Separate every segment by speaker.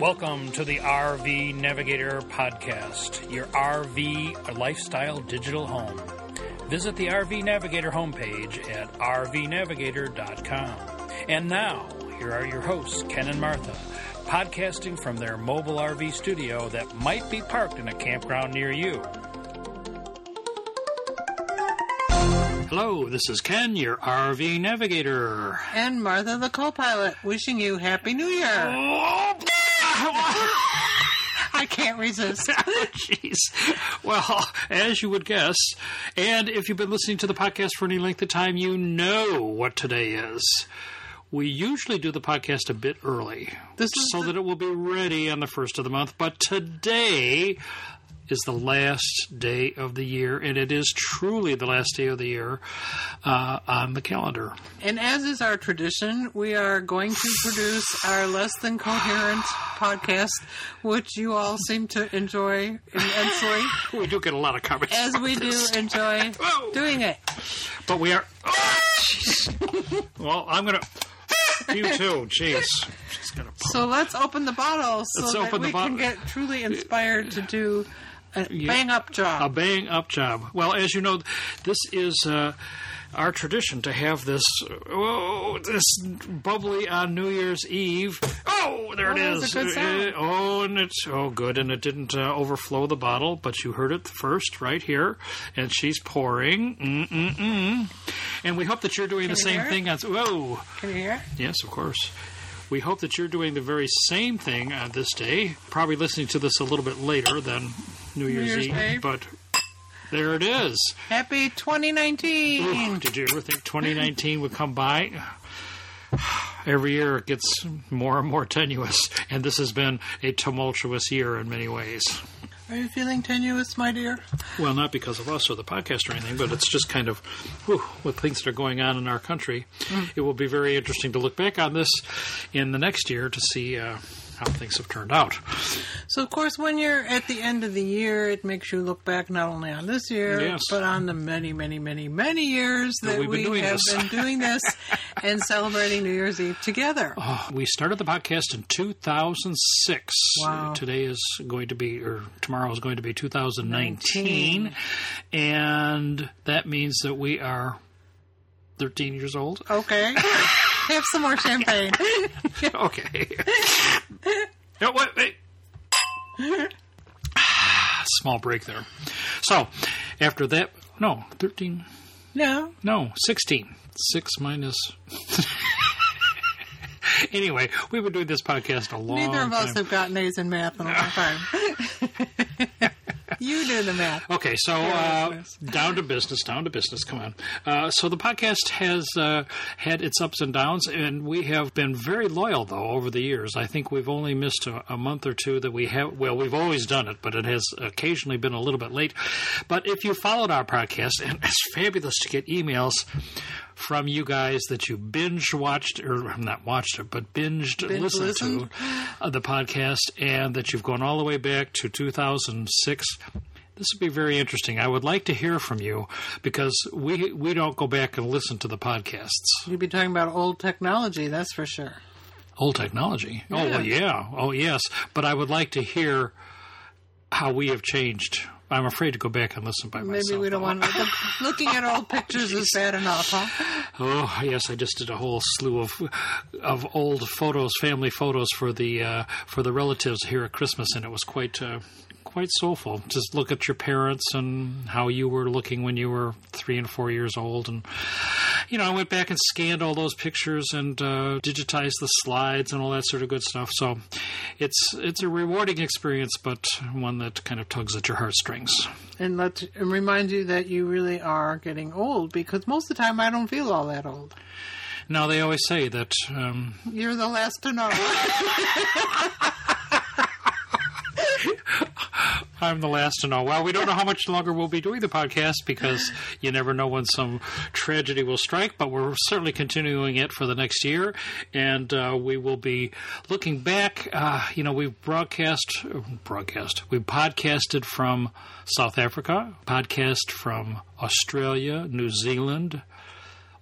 Speaker 1: Welcome to the RV Navigator Podcast, your RV lifestyle digital home. Visit the RV Navigator homepage at rvnavigator.com. And now, here are your hosts, Ken and Martha, podcasting from their mobile RV studio that might be parked in a campground near you. Hello, this is Ken, your RV Navigator.
Speaker 2: and Martha the co-pilot wishing you happy new year. I can't resist.
Speaker 1: Jeez. Well, as you would guess, and if you've been listening to the podcast for any length of time, you know what today is. We usually do the podcast a bit early
Speaker 2: This is
Speaker 1: so
Speaker 2: the-
Speaker 1: that it will be ready on the first of the month, but today is the last day of the year, and it is truly the last day of the year uh, on the calendar.
Speaker 2: And as is our tradition, we are going to produce our less than coherent podcast, which you all seem to enjoy immensely,
Speaker 1: We do get a lot of comments,
Speaker 2: as we do enjoy
Speaker 1: Whoa.
Speaker 2: doing it.
Speaker 1: but we are. Oh, jeez. well, I'm going to. You too. Jeez. Just gonna
Speaker 2: So let's open the bottle so
Speaker 1: Let's
Speaker 2: that
Speaker 1: open the
Speaker 2: we
Speaker 1: bottle.
Speaker 2: can get truly inspired to do a bang-up
Speaker 1: a
Speaker 2: job.
Speaker 1: bang up job. Well, as you know, this is uh, our tradition to have this oh, this bubbly on New Year's Eve. Oh, there it
Speaker 2: Oh, that
Speaker 1: is.
Speaker 2: was a good sound.
Speaker 1: Uh, oh, and it's oh good, and it didn't uh, overflow the bottle, but you heard it first right here, and she's pouring. Mm mm mm. And we hope that you're doing the
Speaker 2: you
Speaker 1: same
Speaker 2: hear it?
Speaker 1: thing. On, whoa.
Speaker 2: Can you hear?
Speaker 1: Yes, of course. We hope that you're doing the very same thing on this day. Probably listening to this a little bit later than New Year's,
Speaker 2: Year's
Speaker 1: Eve,
Speaker 2: Eve.
Speaker 1: but there it is.
Speaker 2: Happy 2019!
Speaker 1: Did you ever think 2019 would come by? Every year it gets more and more tenuous, and this has been a tumultuous year in many ways.
Speaker 2: Are you feeling tenuous, my dear?
Speaker 1: Well, not because of us or the podcast or anything, but it's just kind of whew, with things that are going on in our country. It will be very interesting to look back on this in the next year to see uh, how things have turned out.
Speaker 2: So, of course, when you're at the end of the year, it makes you look back not only on this year,
Speaker 1: Yes.
Speaker 2: but on the many, many, many, many years that,
Speaker 1: we've been
Speaker 2: we
Speaker 1: doing
Speaker 2: have
Speaker 1: this.
Speaker 2: been doing this and celebrating New Year's Eve together.
Speaker 1: Oh, we started the podcast in 2006.
Speaker 2: Wow.
Speaker 1: Uh, Today is going to be, or tomorrow is going to be 2019. And that means that we are 13 years old.
Speaker 2: Okay. have some more champagne.
Speaker 1: okay. no, what? Wait. Small break there. So, after that, no, 13,
Speaker 2: No.
Speaker 1: no, 16. 6 minus. anyway, we've been doing this podcast a long
Speaker 2: Neither of us
Speaker 1: time.
Speaker 2: have gotten A's in math in a long time. you do the math.
Speaker 1: Okay, so
Speaker 2: Yeah,
Speaker 1: uh,
Speaker 2: that's
Speaker 1: down to business, down to business. Come on. Uh, so the podcast has uh, had its ups and downs, and we have been very loyal though over the years. I think we've only missed a, a month or two that we have. Well, we've always done it, but it has occasionally been a little bit late. But if you followed our podcast, and it's fabulous to get emails from you guys that you binge watched or not watched it, but binged
Speaker 2: Binge
Speaker 1: listened,
Speaker 2: listened.
Speaker 1: to uh, the podcast, and that you've gone all the way back to 2006. This would be very interesting. I would like to hear from you because we we don't go back and listen to the podcasts.
Speaker 2: You'd be talking about old technology, that's for sure.
Speaker 1: Old technology. Oh well, yeah. Oh yes. But I would like to hear how we have changed. I'm afraid to go back and listen by
Speaker 2: Maybe
Speaker 1: myself.
Speaker 2: we don't want to. Looking at old pictures is bad enough, huh?
Speaker 1: Oh yes, I just did a whole slew of of old photos, family photos for the uh, for the relatives here at Christmas, and it was quite uh, quite soulful. Just look at your parents and how you were looking when you were three and four years old, and you know I went back and scanned all those pictures and uh, digitized the slides and all that sort of good stuff. So it's it's a rewarding experience, but one that kind of tugs at your heartstrings.
Speaker 2: and let and remind you that you really are getting old because most of the time I don't feel all that old.
Speaker 1: Now they always say that. Um,
Speaker 2: You're the last to know.
Speaker 1: I'm the last to know. Well, we don't know how much longer we'll be doing the podcast because you never know when some tragedy will strike, but we're certainly continuing it for the next year. And uh, we will be looking back. Uh, you know, we've broadcast, broadcast, we podcasted from South Africa, podcast from Australia, New Zealand,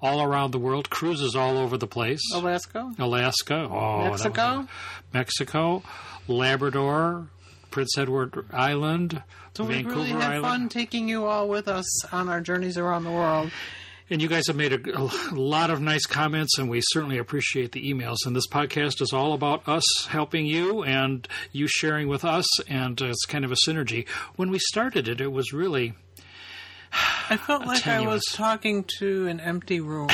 Speaker 1: all around the world, cruises all over the place.
Speaker 2: Alaska,
Speaker 1: Alaska, oh, that was-
Speaker 2: Mexico.
Speaker 1: Mexico, Labrador, Prince Edward Island,
Speaker 2: So we
Speaker 1: Vancouver
Speaker 2: really had
Speaker 1: Island.
Speaker 2: fun taking you all with us on our journeys around the world.
Speaker 1: And you guys have made a, a lot of nice comments, and we certainly appreciate the emails. And this podcast is all about us helping you and you sharing with us, and uh, it's kind of a synergy. When we started it, it was really
Speaker 2: I felt like I was
Speaker 1: Tenuous.
Speaker 2: talking to an empty room.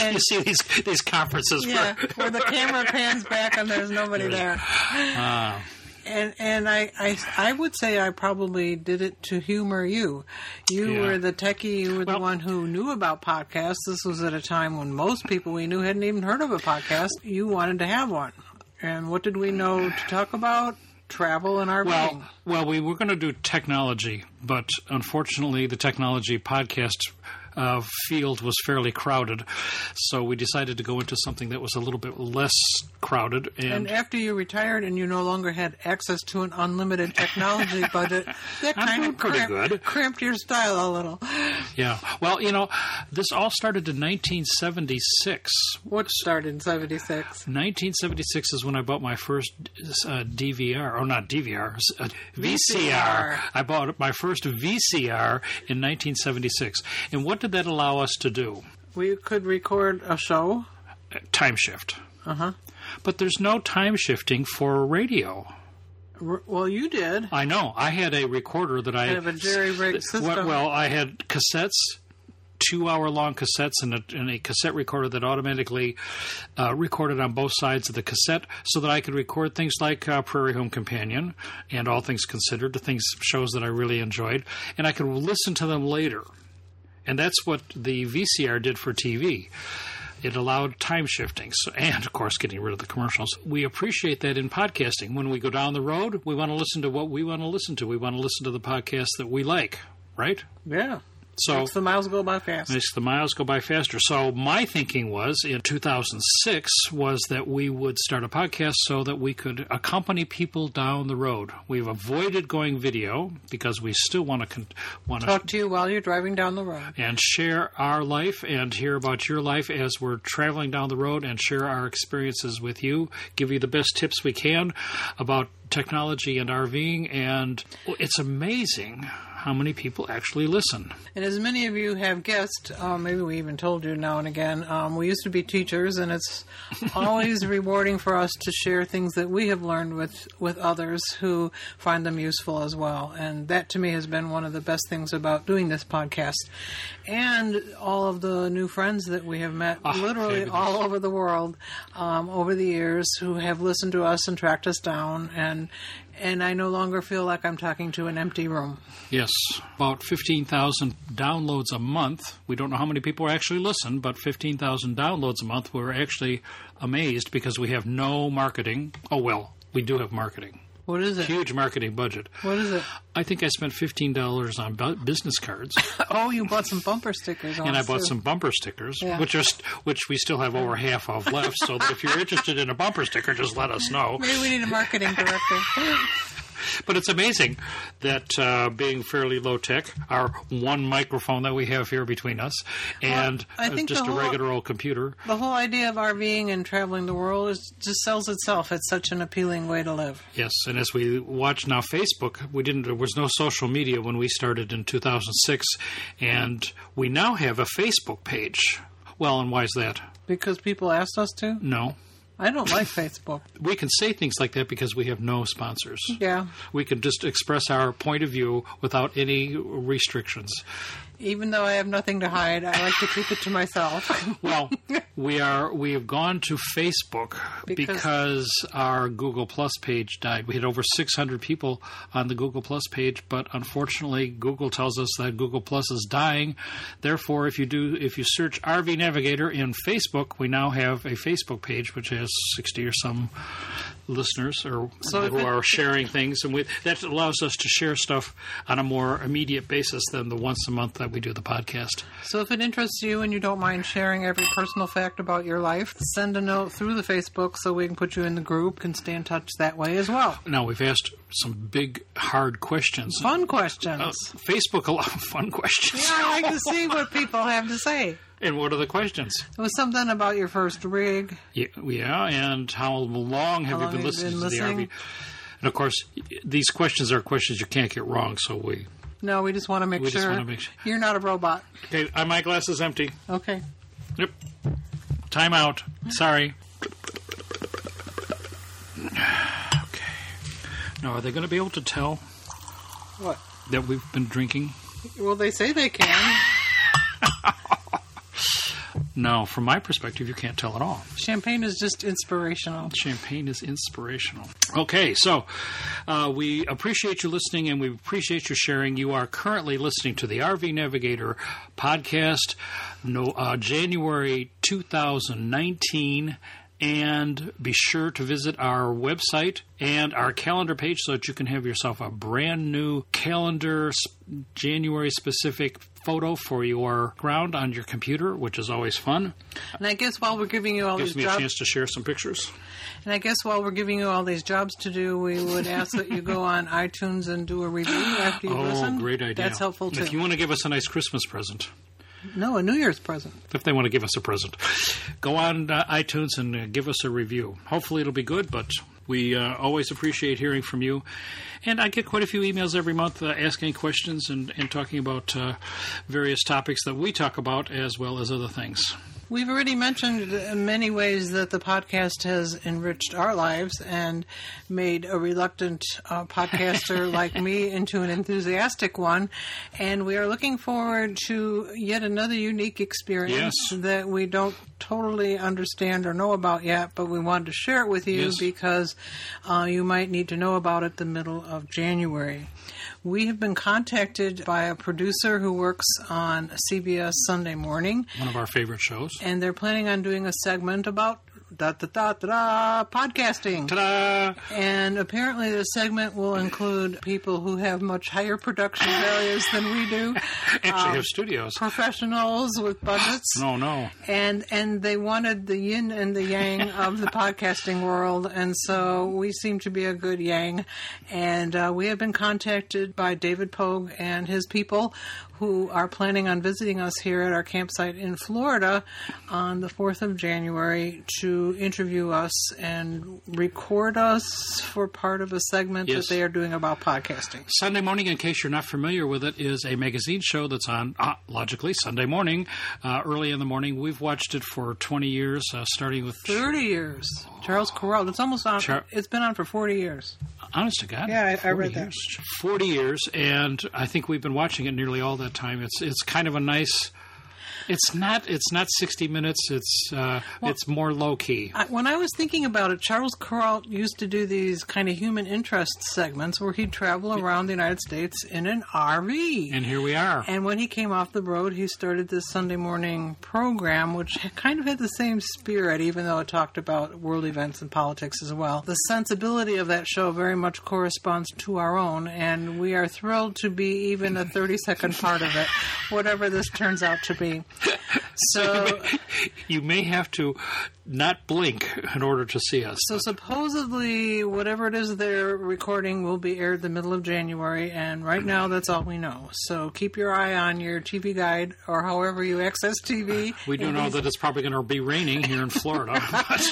Speaker 2: and
Speaker 1: you see these these conferences
Speaker 2: yeah,
Speaker 1: where
Speaker 2: where the camera pans back and there's nobody there.
Speaker 1: Ah.
Speaker 2: And and I, I I would say I probably did it to humor you. You
Speaker 1: Yeah.
Speaker 2: were the techie. You were the
Speaker 1: Well-
Speaker 2: one who knew about podcasts. This was at a time when most people we knew hadn't even heard of a podcast. You wanted to have one, and what did we know to talk about? Travel and RVing.
Speaker 1: Well, well, we were going to do technology, but unfortunately, the technology podcast uh, field was fairly crowded, so we decided to go into something that was a little bit less crowded.
Speaker 2: And
Speaker 1: And,
Speaker 2: after you retired and you no longer had access to an unlimited technology budget, that
Speaker 1: I'm
Speaker 2: kind
Speaker 1: doing
Speaker 2: of
Speaker 1: pretty
Speaker 2: cramp-
Speaker 1: good.
Speaker 2: cramped your style a little.
Speaker 1: yeah, well, you know, this all started in 1976.
Speaker 2: What started in 76?
Speaker 1: 1976 is when I bought my first uh, DVR, or not DVR, s- uh, VCR.
Speaker 2: VCR.
Speaker 1: I bought my first VCR in 1976. And what did that allow us to do?
Speaker 2: We could record a show.
Speaker 1: time shift.
Speaker 2: Uh huh.
Speaker 1: But there's no time shifting for radio.
Speaker 2: Well, you did.
Speaker 1: I know. I had a recorder that I
Speaker 2: Kind of a jerry-rigged
Speaker 1: Well-
Speaker 2: system.
Speaker 1: Well, I had cassettes, two hour long cassettes, and a, and a cassette recorder that automatically uh, recorded on both sides of the cassette, so that I could record things like uh, Prairie Home Companion and All Things Considered, the things shows that I really enjoyed, and I could listen to them later. And that's what the VCR did for TV. It allowed time shifting so, and, of course, getting rid of the commercials. We appreciate that in podcasting. When we go down the road, we want to listen to what we want to listen to. We want to listen to the podcast that we like, right?
Speaker 2: Yeah.
Speaker 1: So
Speaker 2: Makes the miles go by fast.
Speaker 1: makes the miles go by faster. So my thinking was in 2006 was that we would start a podcast so that we could accompany people down the road. We've avoided going video because we still want to con- want to
Speaker 2: Talk to you while you're driving down the road.
Speaker 1: and share our life and hear about your life as we're traveling down the road and share our experiences with you. Give you the best tips we can about technology and RVing. And it's amazing how many people actually listen.
Speaker 2: And as many of you have guessed, um, maybe we even told you now and again, um, we used to be teachers, and it's always rewarding for us to share things that we have learned with, with others who find them useful as well. And that to me has been one of the best things about doing this podcast. And all of the new friends that we have met literally
Speaker 1: fabulous.
Speaker 2: all over the world um, over the years who have listened to us and tracked us down. And, and I no longer feel like I'm talking to an empty room.
Speaker 1: Yes, about 15,000 downloads a month. We don't know how many people actually listen, but 15,000 downloads a month. We're actually amazed because we have no marketing. Oh, well, we do have marketing,
Speaker 2: What is it?
Speaker 1: huge marketing budget.
Speaker 2: What is it?
Speaker 1: I think I spent fifteen dollars on bu- business cards,
Speaker 2: Oh, you bought some bumper stickers. On
Speaker 1: and I
Speaker 2: us,
Speaker 1: bought
Speaker 2: too.
Speaker 1: some bumper stickers,
Speaker 2: Yeah.
Speaker 1: which are st- which we still have over half of left. So that if you're interested in a bumper sticker, just let us know.
Speaker 2: Maybe we need a marketing director.
Speaker 1: But it's amazing that uh, being fairly low tech, our one microphone that we have here between us, and
Speaker 2: I
Speaker 1: uh,
Speaker 2: think
Speaker 1: just
Speaker 2: the
Speaker 1: a
Speaker 2: whole-
Speaker 1: regular old computer.
Speaker 2: the whole idea of RVing and traveling the world is, just sells itself. It's such an appealing way to live.
Speaker 1: Yes, and as we watch now Facebook, we didn't there was no social media when we started in 2006, and we now have a Facebook page. Well, and why is that?
Speaker 2: Because people asked us to.
Speaker 1: No,
Speaker 2: I don't like Facebook.
Speaker 1: we can say things like that because we have no sponsors.
Speaker 2: Yeah.
Speaker 1: We can just express our point of view without any restrictions.
Speaker 2: Even though I have nothing to hide, I like to keep it to myself.
Speaker 1: Well, we are we have gone to Facebook because,
Speaker 2: Because-
Speaker 1: our Google Plus page died. We had over 600 people on the Google Plus page, but unfortunately, Google tells us that Google Plus is dying. Therefore, if you do if you search RV Navigator in Facebook, we now have a Facebook page which has 60 or some listeners or
Speaker 2: So
Speaker 1: who
Speaker 2: if it-
Speaker 1: are sharing things, and we, that allows us to share stuff on a more immediate basis than the once a month that we do the podcast.
Speaker 2: So if it interests you and you don't mind sharing every personal fact about your life, send a note through the Facebook so we can put you in the group, can stay in touch that way as well.
Speaker 1: Now we've asked some big, hard questions.
Speaker 2: Fun questions.
Speaker 1: Oh. Facebook, a lot of fun questions.
Speaker 2: Yeah, I like to see what people have to say.
Speaker 1: And what are the questions?
Speaker 2: It was something about your first rig.
Speaker 1: Yeah, yeah, and how long have
Speaker 2: long
Speaker 1: you been
Speaker 2: have you
Speaker 1: listening
Speaker 2: been
Speaker 1: to
Speaker 2: listening?
Speaker 1: the RV? And of course, these questions are questions you can't get wrong. So we
Speaker 2: No, we just want to make
Speaker 1: We
Speaker 2: sure
Speaker 1: just wanna make sure.
Speaker 2: you're not a robot.
Speaker 1: okay. uh, My glass is empty.
Speaker 2: Okay.
Speaker 1: Yep. Time out. Sorry. okay. Now, are they going to be able to tell
Speaker 2: What?
Speaker 1: that we've been drinking?
Speaker 2: Well, they say they can.
Speaker 1: No, from my perspective, you can't tell at all.
Speaker 2: Champagne is just inspirational.
Speaker 1: Champagne is inspirational. Okay, so uh, we appreciate you listening and we appreciate you sharing. You are currently listening to the RV Navigator podcast, no, uh, January 2019. And be sure to visit our website and our calendar page so that you can have yourself a brand new calendar, sp- January specific photo for your ground on your computer, which is always fun.
Speaker 2: And I guess while we're giving you all
Speaker 1: Gives
Speaker 2: these
Speaker 1: me a
Speaker 2: jobs,
Speaker 1: chance to share some pictures.
Speaker 2: and I guess while we're giving you all these jobs to do, we would ask that you go on iTunes and do a review after you
Speaker 1: Oh,
Speaker 2: listen.
Speaker 1: great idea.
Speaker 2: That's helpful too.
Speaker 1: If you want to give us a nice Christmas present,
Speaker 2: no, a New Year's present.
Speaker 1: if they want to give us a present, go on uh, iTunes and uh, give us a review. Hopefully, it'll be good, but we uh, always appreciate hearing from you. And I get quite a few emails every month uh, asking questions and, and talking about uh, various topics that we talk about as well as other things.
Speaker 2: We've already mentioned in many ways that the podcast has enriched our lives and made a reluctant uh, podcaster like me into an enthusiastic one. And we are looking forward to yet another unique experience
Speaker 1: Yes.
Speaker 2: that we don't totally understand or know about yet, but we wanted to share it with you
Speaker 1: Yes.
Speaker 2: because uh, you might need to know about it the middle of January. We have been contacted by a producer who works on CBS Sunday Morning
Speaker 1: One of our favorite shows.
Speaker 2: and they're planning on doing a segment about da da da da da podcasting.
Speaker 1: Ta da!
Speaker 2: And apparently, the segment will include people who have much higher production values than we do,
Speaker 1: Actually,
Speaker 2: Um,
Speaker 1: have studios.
Speaker 2: professionals with budgets.
Speaker 1: No, no.
Speaker 2: And and they wanted the yin and the yang of the podcasting world, and so we seem to be a good yang. And uh, we have been contacted by David Pogue and his people, who are planning on visiting us here at our campsite in Florida on the fourth of January to interview us and record us for part of a segment
Speaker 1: Yes.
Speaker 2: that they are doing about podcasting.
Speaker 1: Sunday Morning, in case you're not familiar with it, is a magazine show that's on, ah, logically, Sunday morning, uh, early in the morning. We've watched it for 20 years, uh, starting with.
Speaker 2: Thirty years, Charles Corral. It's almost on.
Speaker 1: Char-
Speaker 2: it's been on for forty years.
Speaker 1: Honest to God.
Speaker 2: Yeah, I- I
Speaker 1: 40
Speaker 2: read that.
Speaker 1: years. 40 years, and I think we've been watching it nearly all that time. It's it's kind of a nice. It's not. It's not sixty minutes. It's uh, it's more low key.
Speaker 2: I, when I was thinking about it, Charles Corral used to do these kind of human interest segments where he'd travel around the United States in an RV.
Speaker 1: And here we are.
Speaker 2: And when he came off the road, he started this Sunday morning program, which kind of had the same spirit, even though it talked about world events and politics as well. The sensibility of that show very much corresponds to our own, and we are thrilled to be even a 30 second part of it, whatever this turns out to be. So,
Speaker 1: you may have to not blink in order to see us.
Speaker 2: So supposedly, whatever it is they're recording will be aired the middle of January, and right now that's all we know. So keep your eye on your TV guide or however you access TV,
Speaker 1: Uh, We do know that it's probably going to be raining here in Florida. but-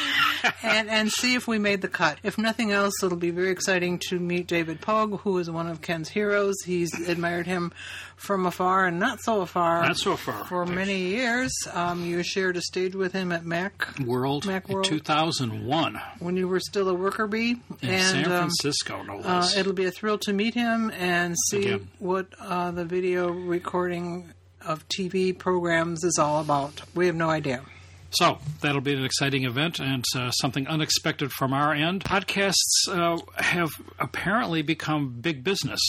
Speaker 2: and and see if we made the cut. If nothing else, it'll be very exciting to meet David Pogue, who is one of Ken's heroes. He's admired him from afar and not so afar.
Speaker 1: Not so far.
Speaker 2: For many years, um, you shared a stage with him at Mac
Speaker 1: World
Speaker 2: Mac
Speaker 1: in
Speaker 2: World.
Speaker 1: 2001
Speaker 2: when you were still a worker bee,
Speaker 1: in
Speaker 2: and
Speaker 1: San
Speaker 2: um,
Speaker 1: Francisco, no
Speaker 2: Uh,
Speaker 1: less.
Speaker 2: it'll be a thrill to meet him and see
Speaker 1: Again.
Speaker 2: what uh, the video recording of TV programs is all about. We have no idea.
Speaker 1: so that'll be an exciting event and uh, something unexpected from our end. Podcasts uh, have apparently become big business.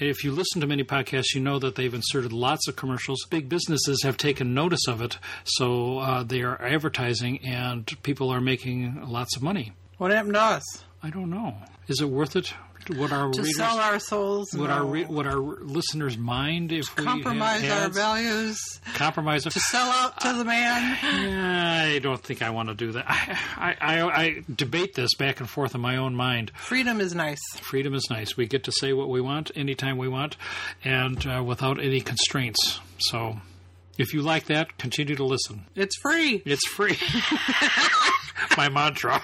Speaker 1: If you listen to many podcasts, you know that they've inserted lots of commercials. Big businesses have taken notice of it, so uh, they are advertising, and people are making lots of money.
Speaker 2: What happened to us?
Speaker 1: I don't know. Is it worth it? Would our
Speaker 2: To
Speaker 1: readers,
Speaker 2: sell our souls,
Speaker 1: would
Speaker 2: no.
Speaker 1: our re- would our listeners mind if we had
Speaker 2: compromise our
Speaker 1: ads?
Speaker 2: values,
Speaker 1: Compromise.
Speaker 2: to sell out to the man.
Speaker 1: I don't think I want to do that. I, I, I, I debate this back and forth in my own mind.
Speaker 2: Freedom is nice.
Speaker 1: Freedom is nice. We get to say what we want anytime we want and uh, without any constraints. So if you like that, continue to listen.
Speaker 2: It's free.
Speaker 1: It's free. My mantra.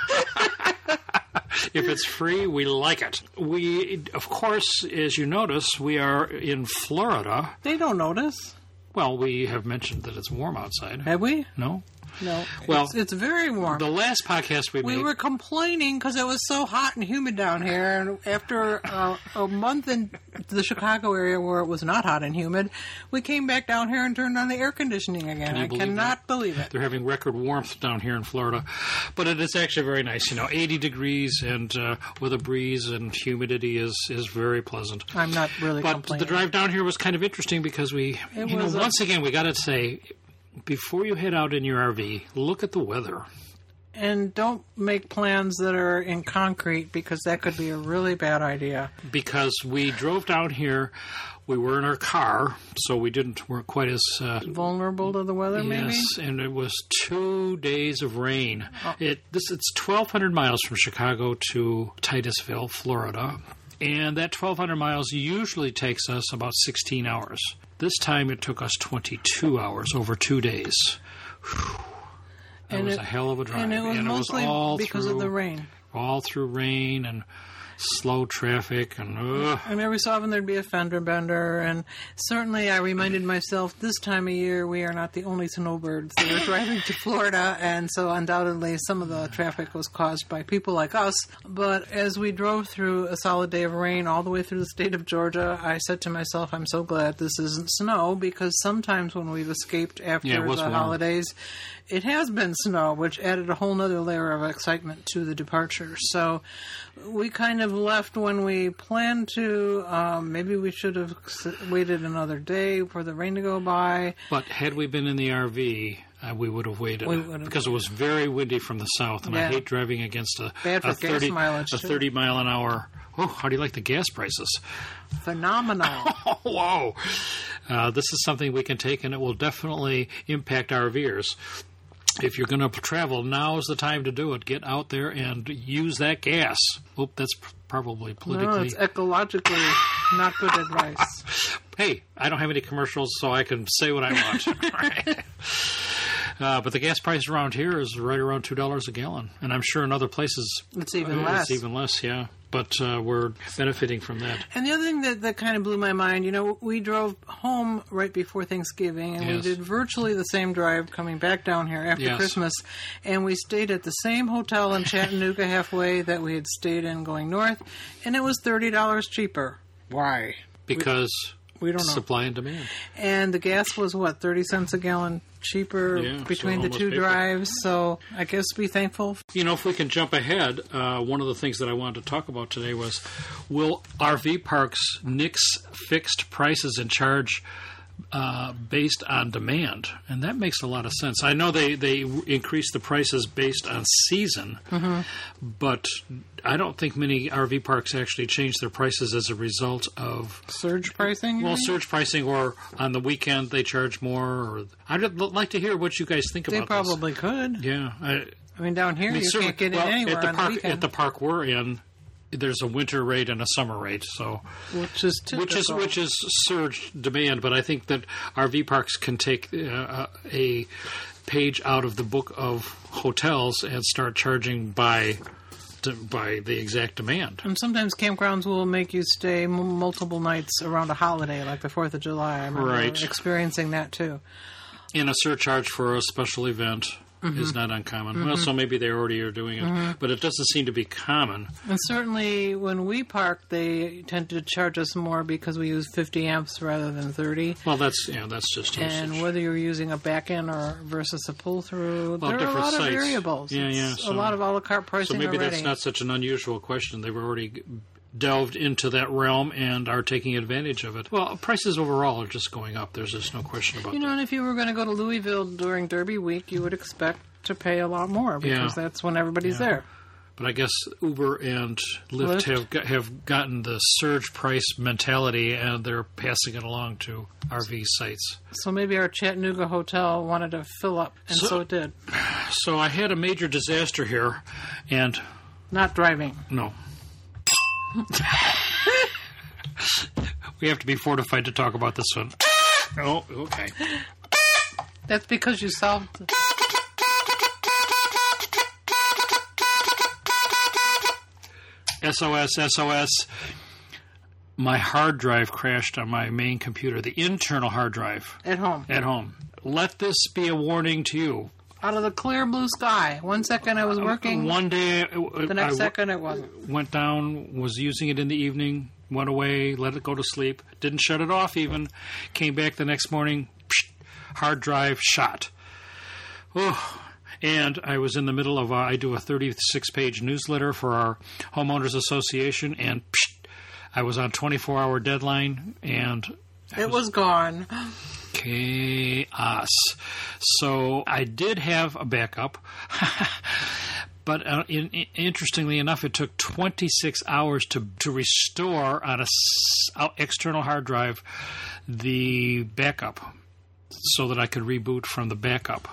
Speaker 1: if it's free, we like it. We, of course, as you notice, we are in Florida.
Speaker 2: They don't notice,
Speaker 1: Well, we have mentioned that it's warm outside.
Speaker 2: have we?
Speaker 1: No?
Speaker 2: No.
Speaker 1: Well-
Speaker 2: it's, it's very warm.
Speaker 1: The last podcast we,
Speaker 2: we
Speaker 1: made.
Speaker 2: were complaining because it was so hot and humid down here. And after uh, a month in the Chicago area where it was not hot and humid, we came back down here and turned on the air conditioning again.
Speaker 1: you
Speaker 2: I
Speaker 1: believe
Speaker 2: cannot believe it.
Speaker 1: They're having record warmth down here in Florida, but it is actually very nice. You know, 80 degrees and uh, with a breeze and humidity is is very pleasant.
Speaker 2: I'm not really
Speaker 1: But the
Speaker 2: complaining.
Speaker 1: drive down here was kind of interesting because we, you know,
Speaker 2: was a-
Speaker 1: once again we got to say, before you head out in your RV, look at the weather.
Speaker 2: and don't make plans that are in concrete because that could be a really bad idea.
Speaker 1: because we drove down here. We were in our car, so we didn't weren't quite as uh,
Speaker 2: Vulnerable to the weather, maybe?
Speaker 1: yes. And it was two days of rain.
Speaker 2: Oh.
Speaker 1: It this it's twelve hundred miles from Chicago to Titusville, Florida, and that twelve hundred miles usually takes us about sixteen hours. This time it took us twenty two hours over two days. Whew. That
Speaker 2: And
Speaker 1: was
Speaker 2: it-
Speaker 1: a hell of a drive,
Speaker 2: And it was mostly
Speaker 1: all
Speaker 2: because
Speaker 1: through,
Speaker 2: of the rain.
Speaker 1: all through rain and slow traffic and. ugh.
Speaker 2: And every so often there'd be a fender bender, and certainly I reminded myself this time of year we are not the only snowbirds that are driving to Florida, and so undoubtedly some of the traffic was caused by people like us. But as we drove through a solid day of rain all the way through the state of Georgia, I said to myself, I'm so glad this isn't snow because sometimes when we've escaped after
Speaker 1: Yeah, it
Speaker 2: the
Speaker 1: was warm.
Speaker 2: holidays, it has been snow, which added a whole nother layer of excitement to the departure. So we kind of left when we planned to. Um, maybe we should have s- waited another day for the rain to go by.
Speaker 1: But had we been in the RV, uh, we would have waited
Speaker 2: We would have-
Speaker 1: because it was very windy from the south, and I
Speaker 2: Yeah.
Speaker 1: hate driving against a,
Speaker 2: Bad for
Speaker 1: a
Speaker 2: gas
Speaker 1: thirty
Speaker 2: mileage,
Speaker 1: a
Speaker 2: too.
Speaker 1: thirty mile an hour. Oh, how do you like the gas prices?
Speaker 2: Phenomenal.
Speaker 1: Oh, wow! Uh, this is something we can take, and it will definitely impact RVers. If you're going to travel, now is the time to do it. Get out there and use that gas. Oh, that's p- probably
Speaker 2: no,
Speaker 1: politically.
Speaker 2: Oh, it's ecologically not good advice.
Speaker 1: hey, I don't have any commercials, so I can say what I want. Right. Uh, but the gas price around here is right around two dollars a gallon, and I'm sure in other places
Speaker 2: It's even less.
Speaker 1: It's even less, yeah. But uh, we're benefiting from that.
Speaker 2: And the other thing that, that kind of blew my mind, you know, we drove home right before Thanksgiving, and
Speaker 1: Yes.
Speaker 2: we did virtually the same drive coming back down here after
Speaker 1: Yes.
Speaker 2: Christmas, and we stayed at the same hotel in Chattanooga halfway that we had stayed in going north, and it was thirty dollars cheaper. Why?
Speaker 1: Because
Speaker 2: We don't know.
Speaker 1: supply and demand.
Speaker 2: and the gas was what thirty cents a gallon cheaper
Speaker 1: Yeah, so
Speaker 2: between the
Speaker 1: almost
Speaker 2: two
Speaker 1: paper.
Speaker 2: drives. So I guess be thankful.
Speaker 1: You know, if we can jump ahead, uh, one of the things that I wanted to talk about today was will RV parks nix fixed prices and charge uh, based on demand? And that makes a lot of sense. I know they, they increase the prices based on season, but I don't think many RV parks actually change their prices as a result of
Speaker 2: Surge pricing. eh? you
Speaker 1: well,
Speaker 2: mean?
Speaker 1: surge pricing, or on the weekend they charge more. Or I'd l- like to hear what you guys think
Speaker 2: they
Speaker 1: about this.
Speaker 2: probably could.
Speaker 1: Yeah, I,
Speaker 2: I mean, down here
Speaker 1: I mean,
Speaker 2: you
Speaker 1: certainly-
Speaker 2: can't get
Speaker 1: well,
Speaker 2: in anywhere
Speaker 1: at the
Speaker 2: on
Speaker 1: park
Speaker 2: the weekend,
Speaker 1: at the park we're in. There's a winter rate and a summer rate, so
Speaker 2: which is typical.
Speaker 1: which is which is surge demand. But I think that RV parks can take uh, a page out of the book of hotels and start charging by to, by the exact demand.
Speaker 2: And sometimes campgrounds will make you stay m- multiple nights around a holiday, like the Fourth of July. I remember
Speaker 1: Right.
Speaker 2: experiencing that too.
Speaker 1: and a surcharge for a special event
Speaker 2: Mm-hmm.
Speaker 1: is not uncommon. Well, so maybe they already are doing it, but it doesn't seem to be common.
Speaker 2: And certainly when we park, they tend to charge us more because we use 50 amps rather than 30.
Speaker 1: Well, that's yeah, that's just usage.
Speaker 2: And whether you're using a back end or versus a pull through,
Speaker 1: Well,
Speaker 2: there are a
Speaker 1: different
Speaker 2: lot of
Speaker 1: sites.
Speaker 2: variables.
Speaker 1: Yeah, yeah,
Speaker 2: It's
Speaker 1: so-
Speaker 2: a lot of a la carte
Speaker 1: so
Speaker 2: pricing
Speaker 1: maybe
Speaker 2: already.
Speaker 1: that's not such an unusual question. They've already g- delved into that realm and are taking advantage of it. Well, prices overall are just going up. There's just no question about
Speaker 2: you know,
Speaker 1: that.
Speaker 2: and if you were going to go to Louisville during Derby week, you would expect to pay a lot more because
Speaker 1: Yeah.
Speaker 2: that's when everybody's there.
Speaker 1: But I guess Uber and Lyft,
Speaker 2: Lyft?
Speaker 1: have got- have gotten the surge price mentality, and they're passing it along to RV sites.
Speaker 2: So maybe our Chattanooga hotel wanted to fill up, and so,
Speaker 1: So-
Speaker 2: it did.
Speaker 1: So I had a major disaster here, and
Speaker 2: Not driving.
Speaker 1: no. we have to be fortified to talk about this one. Oh, okay.
Speaker 2: That's because you solved.
Speaker 1: SOS, SOS. My hard drive crashed on my main computer, the internal hard drive
Speaker 2: At home.
Speaker 1: at home. Let this be a warning to you.
Speaker 2: Out of the clear blue sky. One second I was working,
Speaker 1: Uh, One day, I-
Speaker 2: the
Speaker 1: I
Speaker 2: next
Speaker 1: w-
Speaker 2: second it wasn't.
Speaker 1: went down, was using it in the evening, went away, let it go to sleep, didn't shut it off even, came back the next morning, psh, hard drive shot. Oh, and I was in the middle of, uh, I do a 36 page newsletter for our Homeowners Association, and psh, I was on 24 hour deadline, and
Speaker 2: It was gone.
Speaker 1: chaos. So I did have a backup, but uh, in, in- interestingly enough, it took 26 hours to to restore on a s- out- external hard drive the backup, so that I could reboot from the backup.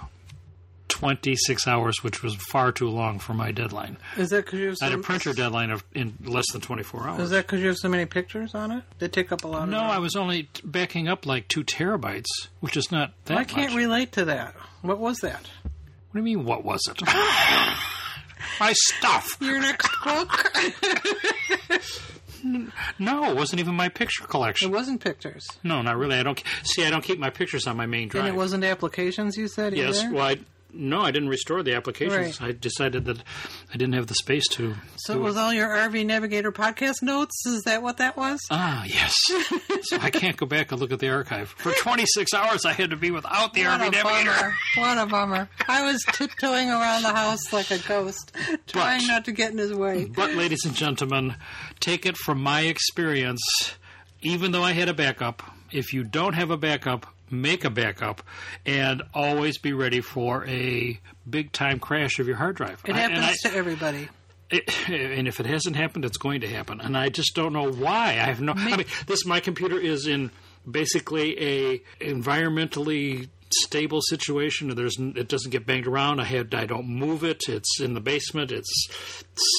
Speaker 1: 26 hours, which was far too long for my deadline.
Speaker 2: Is that because you have
Speaker 1: I had a
Speaker 2: so,
Speaker 1: printer deadline of in less than 24 hours.
Speaker 2: Um, is that 'cause you have so many pictures on it? They take up a lot
Speaker 1: no,
Speaker 2: of
Speaker 1: I was only t- backing up like two terabytes, which is not that
Speaker 2: I can't
Speaker 1: much.
Speaker 2: relate to that. What was that?
Speaker 1: What do you mean, what was it? My stuff.
Speaker 2: Your next book?
Speaker 1: No, it wasn't even my picture
Speaker 2: it
Speaker 1: collection.
Speaker 2: wasn't pictures.
Speaker 1: No, not really. I don't see. I don't keep my pictures on my main drive.
Speaker 2: And it wasn't applications, you said?
Speaker 1: yes.
Speaker 2: Either?
Speaker 1: Well, I, no, I didn't restore the applications. I decided that I didn't have the space to.
Speaker 2: so it was all your RV Navigator podcast notes? Is that what that was?
Speaker 1: Ah, yes. so I can't go back and look at the archive. For 26 hours, I had to be without the
Speaker 2: What
Speaker 1: Army
Speaker 2: a
Speaker 1: Navigator.
Speaker 2: bummer. What a bummer. I was tiptoeing around the house like a ghost, trying
Speaker 1: But-
Speaker 2: not to get in his way.
Speaker 1: But, ladies and gentlemen, take it from my experience. Even though I had a backup, if you don't have a backup, make a backup and always be ready for a big time crash of your hard drive.
Speaker 2: It
Speaker 1: I-
Speaker 2: happens
Speaker 1: and, I-
Speaker 2: to everybody.
Speaker 1: it- and if it hasn't happened, it's going to happen. And I just don't know why. I have no. I mean, this my computer is in basically a environmentally stable situation. There's n- it doesn't get banged around. I had I don't move it. It's in the basement. It's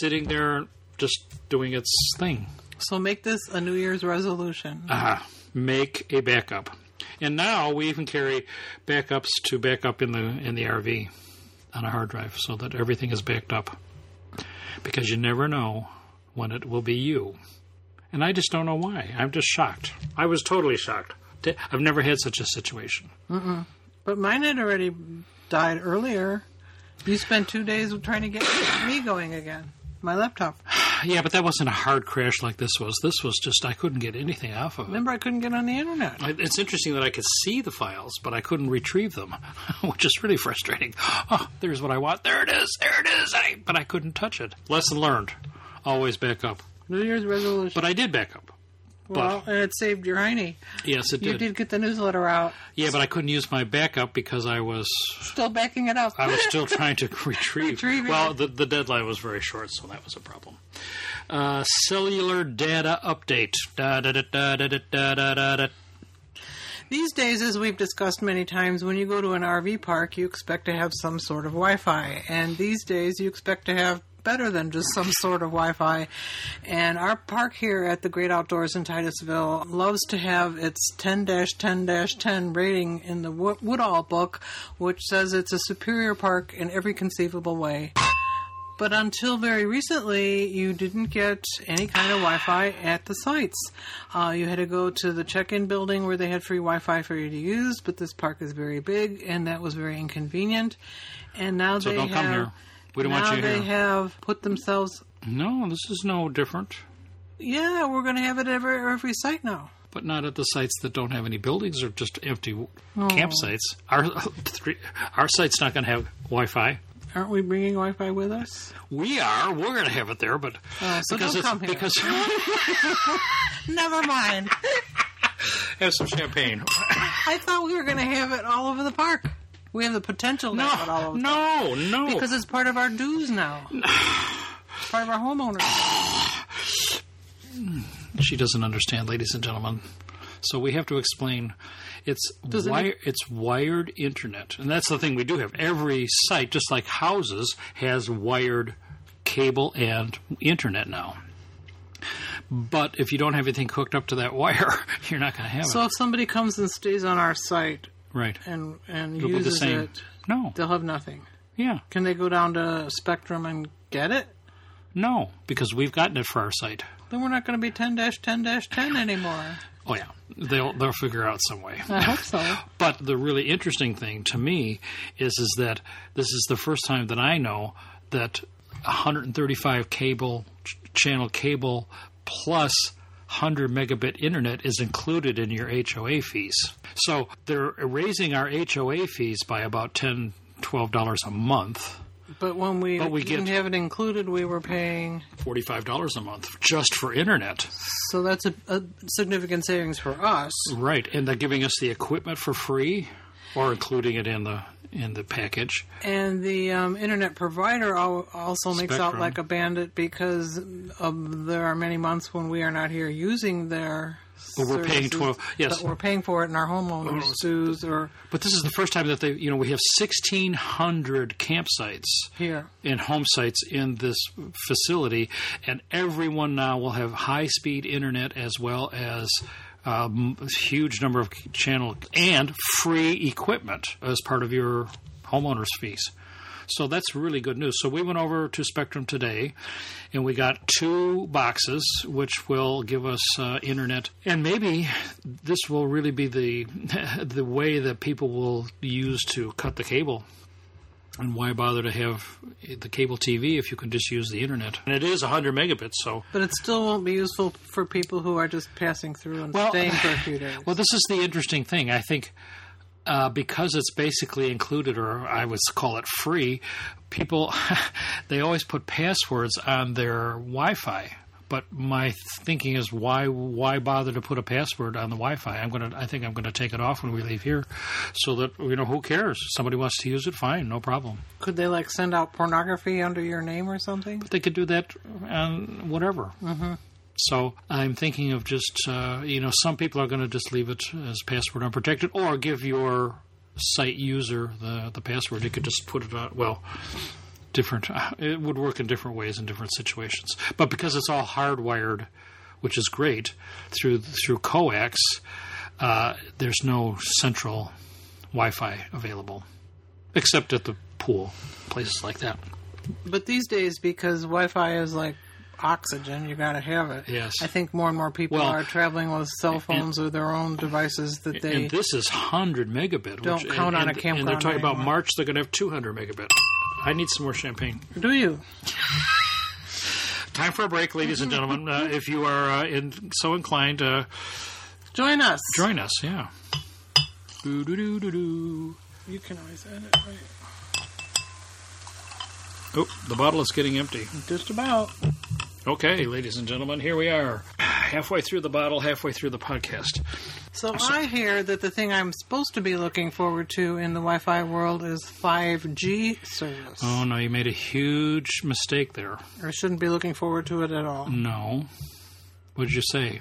Speaker 1: sitting there just doing its thing.
Speaker 2: So make this a New Year's resolution.
Speaker 1: Ah, make a backup. And now we even carry backups to backup in the in the RV on a hard drive, so that everything is backed up. Because you never know when it will be you. And I just don't know why. I'm just shocked. I was totally shocked. T- I've never had such a situation.
Speaker 2: But mine had already died earlier. You spent two days trying to get me going again. My laptop.
Speaker 1: Yeah, but that wasn't a hard crash like this was. This was just I couldn't get anything off of it.
Speaker 2: Remember, I couldn't get on the internet.
Speaker 1: I- It's interesting that I could see the files, but I couldn't retrieve them, which is really frustrating. Oh, there's what I want. There it is. There it is. I, but I couldn't touch it. Lesson learned. Always back up.
Speaker 2: New Year's resolution.
Speaker 1: But I did back up.
Speaker 2: well, and it saved your hiney.
Speaker 1: Yes, it
Speaker 2: You
Speaker 1: did.
Speaker 2: did get the newsletter out.
Speaker 1: Yeah, but I couldn't use my backup because I was
Speaker 2: Still backing it up.
Speaker 1: I was still trying to retrieve.
Speaker 2: Retrieving
Speaker 1: Well,
Speaker 2: it.
Speaker 1: the, the deadline was very short, so that was a problem. Uh, cellular data update. Da, da, da, da, da, da, da, da, da, da.
Speaker 2: These days, as we've discussed many times, when you go to an RV park, you expect to have some sort of Wi Fi. And these days, you expect to have better than just some sort of Wi Fi. And our park here at the Great Outdoors in Titusville loves to have its 10 10 10 rating in the Wo- Woodall book, which says it's a superior park in every conceivable way. But until very recently, you didn't get any kind of Wi Fi at the sites. Uh, you had to go to the check in building where they had free Wi Fi for you to use, but this park is very big and that was very inconvenient. And now
Speaker 1: So
Speaker 2: they
Speaker 1: don't
Speaker 2: have,
Speaker 1: come here. We don't
Speaker 2: now
Speaker 1: want you
Speaker 2: they
Speaker 1: here.
Speaker 2: have put themselves,
Speaker 1: no, this is no different.
Speaker 2: yeah, we're going to have it every, every site now.
Speaker 1: but not at the sites that don't have any buildings or just empty
Speaker 2: Oh.
Speaker 1: campsites. Our three, our site's not going to have Wi-Fi.
Speaker 2: Aren't we bringing Wi Fi with us?
Speaker 1: We are. We're going to have it there, but
Speaker 2: Oh, so
Speaker 1: because
Speaker 2: don't
Speaker 1: it's-
Speaker 2: come here.
Speaker 1: because
Speaker 2: Never mind.
Speaker 1: have some champagne.
Speaker 2: I thought we were going to have it all over the park. We have the potential to have it all
Speaker 1: No,
Speaker 2: over
Speaker 1: no, no.
Speaker 2: because it's part of our dues now. part of our homeowners.
Speaker 1: She doesn't understand, ladies and gentlemen. So we have to explain. It's
Speaker 2: Doesn't
Speaker 1: wire, it's wired internet, and that's the thing we do have. Every site, just like houses, has wired cable and internet now. But if you don't have anything hooked up to that wire, you're not going to have
Speaker 2: So
Speaker 1: it.
Speaker 2: if somebody comes and stays on our site
Speaker 1: Right?
Speaker 2: and and
Speaker 1: It'll be the
Speaker 2: uses
Speaker 1: same.
Speaker 2: it,
Speaker 1: No.
Speaker 2: they'll have nothing.
Speaker 1: Yeah.
Speaker 2: Can they go down to Spectrum and get it?
Speaker 1: No, because we've gotten it for our site.
Speaker 2: Then we're not going to be 10 10 10 anymore.
Speaker 1: Oh yeah, they'll they'll figure out some way.
Speaker 2: I hope so.
Speaker 1: But the really interesting thing to me is is that this is the first time that I know that 135 cable ch- channel cable plus 100 megabit internet is included in your HOA fees. So they're raising our HOA fees by about 10 12 dollars a month,
Speaker 2: But when we,
Speaker 1: But we
Speaker 2: didn't
Speaker 1: get-
Speaker 2: have it included, we were paying.
Speaker 1: 45 dollars a month just for internet.
Speaker 2: So that's a, a significant savings for us.
Speaker 1: Right, and they're giving us the equipment for free or including it in the in the package.
Speaker 2: And the um, internet provider al- also makes out
Speaker 1: Spectrum.
Speaker 2: like a bandit because um, there are many months when we are not here using their.
Speaker 1: But we're paying
Speaker 2: services,
Speaker 1: 12 yes. Oh,
Speaker 2: But we're paying for it in our homeowners' dues or
Speaker 1: But this is the first time that they, you know, we have 1,600 campsites
Speaker 2: here.
Speaker 1: and home sites in this facility, and everyone now will have high speed internet as well as. Um, a huge number of channel and free equipment as part of your homeowner's fees. So that's really good news. So we went over to Spectrum today, and we got two boxes, which will give us uh, internet, and maybe this will really be the the way that people will use to cut the cable. And why bother to have the cable TV if you can just use the internet? And it is 100 megabits, so
Speaker 2: But it still won't be useful for people who are just passing through and
Speaker 1: Well,
Speaker 2: staying for a few days.
Speaker 1: Well, this is the interesting thing. I think uh, because it's basically included, or I would call it free, people they always put passwords on their Wi-Fi. But my thinking is why why bother to put a password on the Wi-Fi? I'm gonna I think I'm gonna take it off when we leave here, so that you know who cares. Somebody wants to use it, fine, no problem.
Speaker 2: Could they like send out pornography under your name or something?
Speaker 1: They could do that on whatever. Mm-hmm. So I'm thinking of just, uh, you know, some people are going to just leave it as password unprotected or give your site user the, the password. You could just put it on, well, different, uh, it would work in different ways in different situations. But because it's all hardwired, which is great, through, through coax, uh, there's no central Wi Fi available, except at the pool, places like that.
Speaker 2: But these days, because Wi-Fi is like oxygen, you got to have it.
Speaker 1: Yes.
Speaker 2: I think more and more people
Speaker 1: Well,
Speaker 2: are traveling with cell phones or their own devices that they.
Speaker 1: and this is 100 megabit.
Speaker 2: Don't
Speaker 1: which,
Speaker 2: count
Speaker 1: and, and- And
Speaker 2: on a
Speaker 1: they're
Speaker 2: campground
Speaker 1: talking about
Speaker 2: anymore.
Speaker 1: March, they're going to have 200 megabit. I need some more champagne.
Speaker 2: do you?
Speaker 1: Time for a break, ladies and gentlemen. Uh, if you are uh, in, so inclined, uh,
Speaker 2: Join us.
Speaker 1: join us. Yeah. Doo-doo-doo-doo-doo.
Speaker 2: You can always end it right.
Speaker 1: Oh, the bottle is getting empty.
Speaker 2: Just about.
Speaker 1: Okay, ladies and gentlemen, here we are. Halfway through the bottle, halfway through the podcast.
Speaker 2: So I hear that the thing I'm supposed to be looking forward to in the Wi-Fi world is 5G service.
Speaker 1: Oh, no, you made a huge mistake there.
Speaker 2: I shouldn't be looking forward to it at all.
Speaker 1: No. What did you say?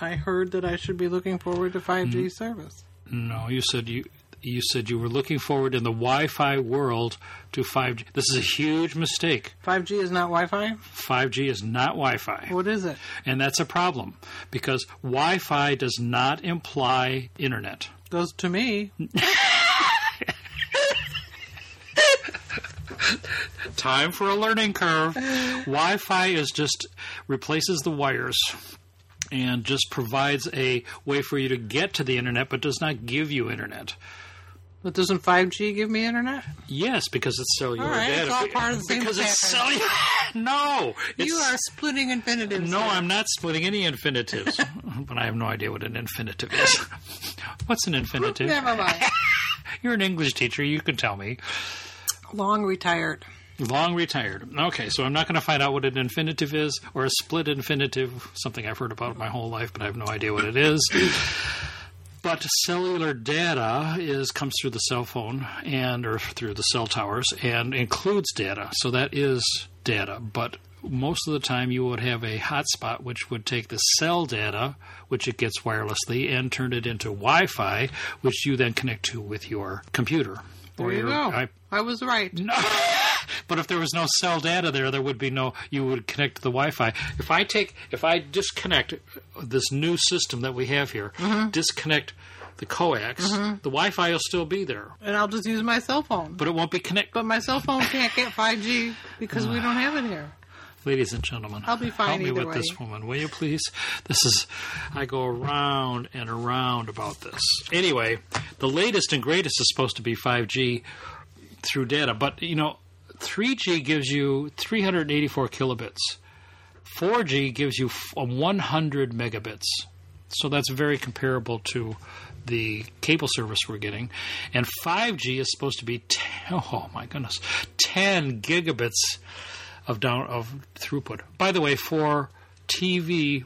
Speaker 2: I heard that I should be looking forward to 5G
Speaker 1: Mm-hmm.
Speaker 2: service.
Speaker 1: No, you said you you said you were looking forward in the Wi-Fi world to 5G. This is a huge mistake.
Speaker 2: 5G is not Wi-Fi.
Speaker 1: 5G is not Wi-Fi,
Speaker 2: What is it?
Speaker 1: and that's a problem because Wi-Fi does not imply internet.
Speaker 2: Goes to me.
Speaker 1: Time for a learning curve. Wi-Fi is just replaces the wires and just provides a way for you to get to the internet but does not give you internet.
Speaker 2: But doesn't 5G give me internet?
Speaker 1: Yes, because it's cellular
Speaker 2: All right,
Speaker 1: data.
Speaker 2: it's all part of the same
Speaker 1: because it's
Speaker 2: pattern.
Speaker 1: cellular. no, it's
Speaker 2: You are splitting infinitives.
Speaker 1: No,
Speaker 2: here.
Speaker 1: I'm not splitting any infinitives, but I have no idea what an infinitive is. What's an infinitive?
Speaker 2: Never mind.
Speaker 1: You're an English teacher. You can tell me.
Speaker 2: Long retired.
Speaker 1: Long retired. Okay, so I'm not going to find out what an infinitive is or a split infinitive, something I've heard about my whole life, but I have no idea what it is. But cellular data is comes through the cell phone and or through the cell towers and includes data. So that is data, but most of the time you would have a hotspot which would take the cell data, which it gets wirelessly, and turn it into Wi Fi, which you then connect to with your computer.
Speaker 2: There
Speaker 1: or
Speaker 2: you
Speaker 1: your,
Speaker 2: go. I,
Speaker 1: I-
Speaker 2: was right.
Speaker 1: no. But if there was no cell data there, there would be no. You would connect to the Wi-Fi. If I take, if I disconnect this new system that we have here, disconnect the coax, the Wi-Fi will still be there,
Speaker 2: And I'll just use my cell phone. But,
Speaker 1: but it won't be connected.
Speaker 2: my cell phone can't get 5G because we don't have it here.
Speaker 1: Ladies and gentlemen,
Speaker 2: I'll be
Speaker 1: help
Speaker 2: fine
Speaker 1: me
Speaker 2: either
Speaker 1: with this
Speaker 2: way.
Speaker 1: woman, will you please? This is, I go around and around about this. Anyway, the latest and greatest is supposed to be 5G through data, but you know, 3G gives you 384 kilobits, 4G gives you f- 100 megabits. So that's very comparable to the cable service we're getting. And 5G is supposed to be, 10, oh my goodness, 10 gigabits of down of throughput. By the way, for TV,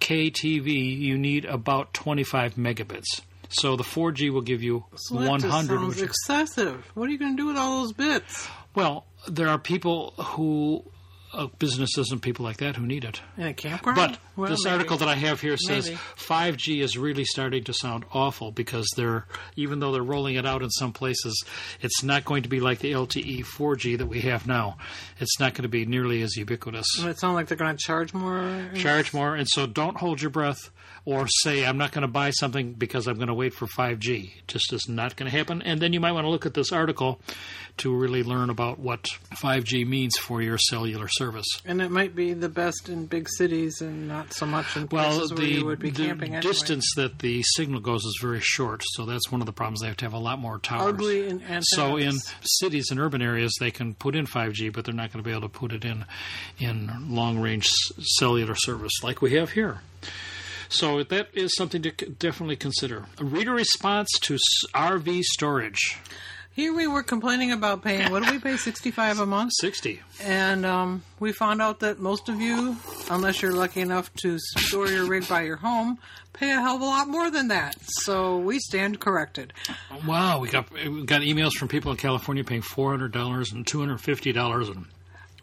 Speaker 1: 4K TV, you need about 25 megabits. So the 4G will give you
Speaker 2: Well, that just
Speaker 1: 100.
Speaker 2: sounds
Speaker 1: which is-
Speaker 2: excessive. What are you going to do with all those bits?
Speaker 1: well, there are people who, uh, businesses and people like that, who need it.
Speaker 2: In a campground?
Speaker 1: But
Speaker 2: Well,
Speaker 1: this
Speaker 2: maybe.
Speaker 1: article that I have here says
Speaker 2: Maybe.
Speaker 1: 5G is really starting to sound awful because they're even though they're rolling it out in some places, it's not going to be like the LTE 4G that we have now. It's not going to be nearly as ubiquitous.
Speaker 2: It sounds like they're going to charge more.
Speaker 1: Charge more, and so don't hold your breath or say I'm not going to buy something because I'm going to wait for 5G. It just is not going to happen. And then you might want to look at this article to really learn about what 5G means for your cellular service.
Speaker 2: And it might be the best in big cities and not so much in
Speaker 1: Well,
Speaker 2: places
Speaker 1: the,
Speaker 2: where you would be
Speaker 1: the
Speaker 2: camping anyway.
Speaker 1: distance that the signal goes is very short, so that's one of the problems. They have to have a lot more towers.
Speaker 2: Ugly and antennas.
Speaker 1: so in cities and urban areas, they can put in 5G, but they're not going to be able to put it in in long range cellular service like we have here. So that is something to c- definitely consider. A reader response to s- RV storage
Speaker 2: Here we were complaining about paying, what do we pay, 65 a month?
Speaker 1: 60.
Speaker 2: And um, we found out that most of you, unless you're lucky enough to store your rig by your home, pay a hell of a lot more than that. So we stand corrected.
Speaker 1: Wow, we got we got emails from people in California paying $400 and $250 and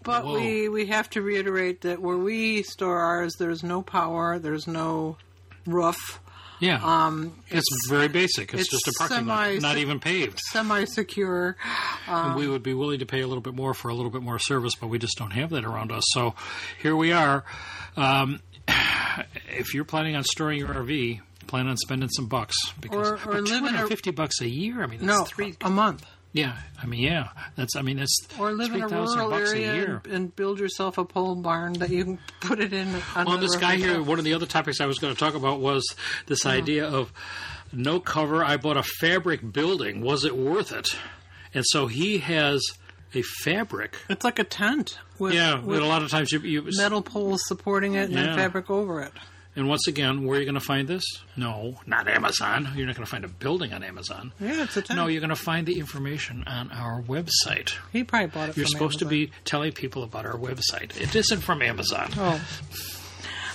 Speaker 2: But
Speaker 1: Whoa.
Speaker 2: we, we have to reiterate that where we store ours, there's no power, there's no roof.
Speaker 1: Yeah. Um, it's, very basic. It's,
Speaker 2: it's
Speaker 1: just a parking lot,
Speaker 2: semi-
Speaker 1: not even paved.
Speaker 2: Semi secure. uh, Um,
Speaker 1: And we would be willing to pay a little bit more for a little bit more service, but we just don't have that around us. So here we are. Um, if you're planning on storing your RV, plan on spending some bucks because
Speaker 2: Or- or
Speaker 1: but
Speaker 2: live in a-
Speaker 1: 250 bucks a year. I mean, that's
Speaker 2: No,
Speaker 1: three.
Speaker 2: a month.
Speaker 1: Yeah, I mean, yeah, that's. I mean, that's
Speaker 2: Or live in a
Speaker 1: 3,000
Speaker 2: rural
Speaker 1: bucks
Speaker 2: area
Speaker 1: a year.
Speaker 2: and, and build yourself a pole barn that you can put it in. under
Speaker 1: Well,
Speaker 2: the
Speaker 1: this
Speaker 2: roof
Speaker 1: guy
Speaker 2: and
Speaker 1: here,
Speaker 2: stuff.
Speaker 1: one of the other topics I was going to talk about was this
Speaker 2: Uh-huh.
Speaker 1: idea of no cover. I bought a fabric building. Was it worth it? And so he has a fabric.
Speaker 2: It's like a tent with,
Speaker 1: Yeah,
Speaker 2: with
Speaker 1: and a lot of times you, you
Speaker 2: metal poles supporting it and
Speaker 1: Yeah.
Speaker 2: then fabric over it.
Speaker 1: and once again, where are you going to find this? No, not Amazon. You're not going to find a building on Amazon.
Speaker 2: Yeah, it's a tent.
Speaker 1: No, you're going to find the information on our website.
Speaker 2: he probably bought it.
Speaker 1: You're
Speaker 2: from
Speaker 1: supposed
Speaker 2: Amazon.
Speaker 1: to be telling people about our website. It isn't from Amazon.
Speaker 2: Oh.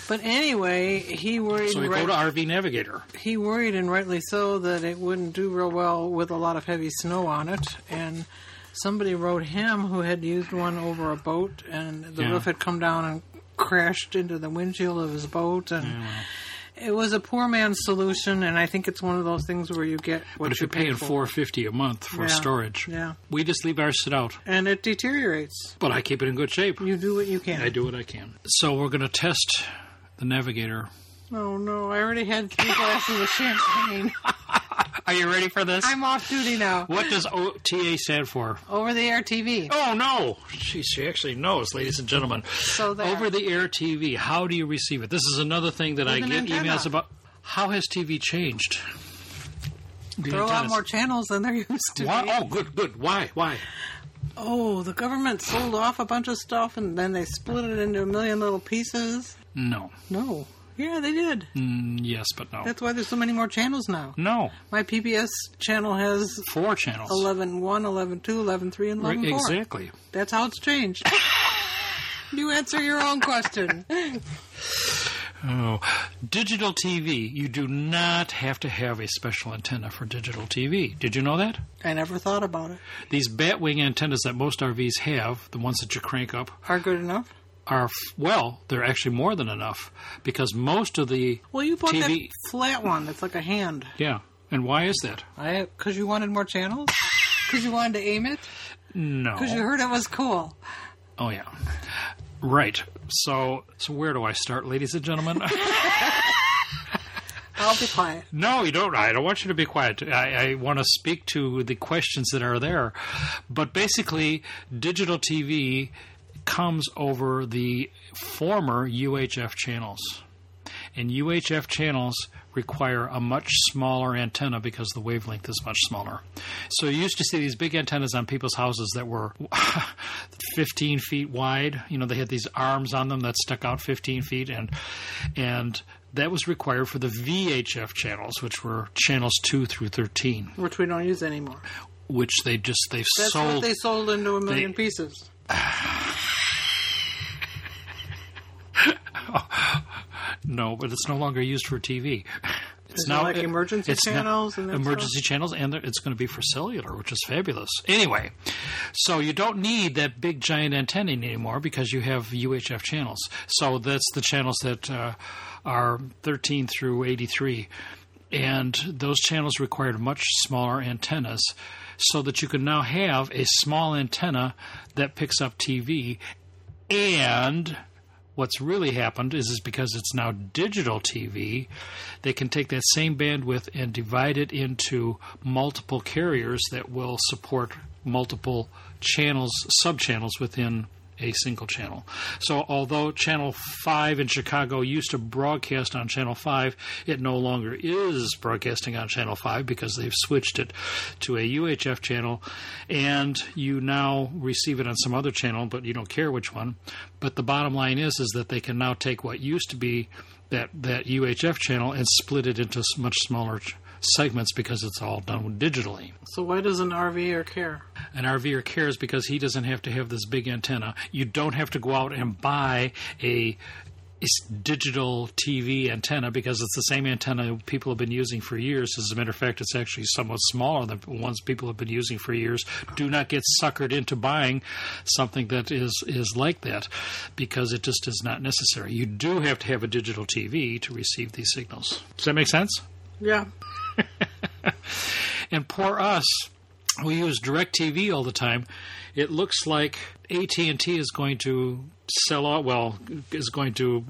Speaker 2: But anyway, he worried.
Speaker 1: so we
Speaker 2: right-
Speaker 1: go to RV Navigator.
Speaker 2: he worried, and rightly so, that it wouldn't do real well with a lot of heavy snow on it. And somebody wrote him who had used one over a boat, and the
Speaker 1: Yeah.
Speaker 2: roof had come down and crashed into the windshield of his boat, and. It was a poor man's solution, and I think it's one of those things where you get what
Speaker 1: But if
Speaker 2: you
Speaker 1: you're paying
Speaker 2: for.
Speaker 1: four fifty a month for
Speaker 2: Yeah,
Speaker 1: storage,
Speaker 2: yeah.
Speaker 1: we just leave ours sit out.
Speaker 2: and it deteriorates.
Speaker 1: But I keep it in good shape.
Speaker 2: You do what you can.
Speaker 1: I do what I can. So we're going to test the navigator.
Speaker 2: Oh no, I already had three glasses of champagne.
Speaker 1: Are you ready for this?
Speaker 2: I'm off duty now.
Speaker 1: what does OTA stand for?
Speaker 2: Over the air TV.
Speaker 1: Oh no! She she actually knows, ladies and gentlemen.
Speaker 2: So there.
Speaker 1: over the air TV. How do you receive it? This is another thing that I
Speaker 2: an
Speaker 1: get
Speaker 2: antenna.
Speaker 1: emails about. How has TV changed? The
Speaker 2: There are a lot
Speaker 1: antennas.
Speaker 2: more channels than there used to
Speaker 1: Why?
Speaker 2: be.
Speaker 1: Oh, good, good. Why? Why?
Speaker 2: Oh, the government sold off a bunch of stuff and then they split it into a million little pieces.
Speaker 1: No.
Speaker 2: No. Yeah, they did.
Speaker 1: Mm, yes, but no.
Speaker 2: That's why there's so many more channels now.
Speaker 1: no.
Speaker 2: My PBS channel has
Speaker 1: Four channels.
Speaker 2: 11.1, 11.2, 11.3, and 11.4.
Speaker 1: Right, exactly.
Speaker 2: That's how it's changed. you answer your own question.
Speaker 1: Oh, digital TV. You do not have to have a special antenna for digital TV. Did you know that?
Speaker 2: I never thought about it.
Speaker 1: These batwing antennas that most RVs have, the ones that you crank up,
Speaker 2: Are good enough?
Speaker 1: are f- well, they're actually more than enough because most of the
Speaker 2: Well, you bought
Speaker 1: TV.
Speaker 2: that flat one that's like a hand.
Speaker 1: yeah. And why is that?
Speaker 2: I Because you wanted more channels? Because you wanted to aim it?
Speaker 1: No.
Speaker 2: Because you heard it was cool.
Speaker 1: Oh yeah. Right. So so where do I start, ladies and gentlemen?
Speaker 2: I'll be quiet.
Speaker 1: no, you don't. I don't want you to be quiet. I, I want to speak to the questions that are there. But basically, digital TV comes over the former UHF channels. And UHF channels require a much smaller antenna because the wavelength is much smaller. So you used to see these big antennas on people's houses that were 15 feet wide. You know, they had these arms on them that stuck out 15 feet, and and that was required for the VHF channels, which were channels two through 13,
Speaker 2: Which we don't use anymore.
Speaker 1: which they just they've
Speaker 2: That's what
Speaker 1: sold.
Speaker 2: they sold into a million pieces.
Speaker 1: No, but it's no longer used for TV. It's
Speaker 2: Is it like emergency
Speaker 1: now
Speaker 2: channels and that
Speaker 1: emergency channels, and they're- it's going to be for cellular, which is fabulous. Anyway, so you don't need that big giant antenna anymore because you have UHF channels. So that's the channels that uh, are 13 through 83, and those channels required much smaller antennas, so that you can now have a small antenna that picks up TV and what's really happened is, is because it's now digital TV, they can take that same bandwidth and divide it into multiple carriers that will support multiple channels, sub channels within a single channel. So although Channel 5 in Chicago used to broadcast on Channel 5, it no longer is broadcasting on Channel 5 because they've switched it to a UHF channel and you now receive it on some other channel but you don't care which one. But the bottom line is is that they can now take what used to be that that UHF channel and split it into s- much smaller ch- segments because it's all done digitally
Speaker 2: So why does an RVer care?
Speaker 1: an RVer cares because he doesn't have to have this big antenna. You don't have to go out and buy a, a s- digital TV antenna because it's the same antenna people have been using for years. As a matter of fact, it's actually somewhat smaller than the ones people have been using for years. Do not get suckered into buying something that is is like that because it just is not necessary. You do have to have a digital TV to receive these signals. Does that make sense?
Speaker 2: Yeah.
Speaker 1: And poor us, we use DirecTV all the time. It looks like AT&T is going to sell out, well, is going to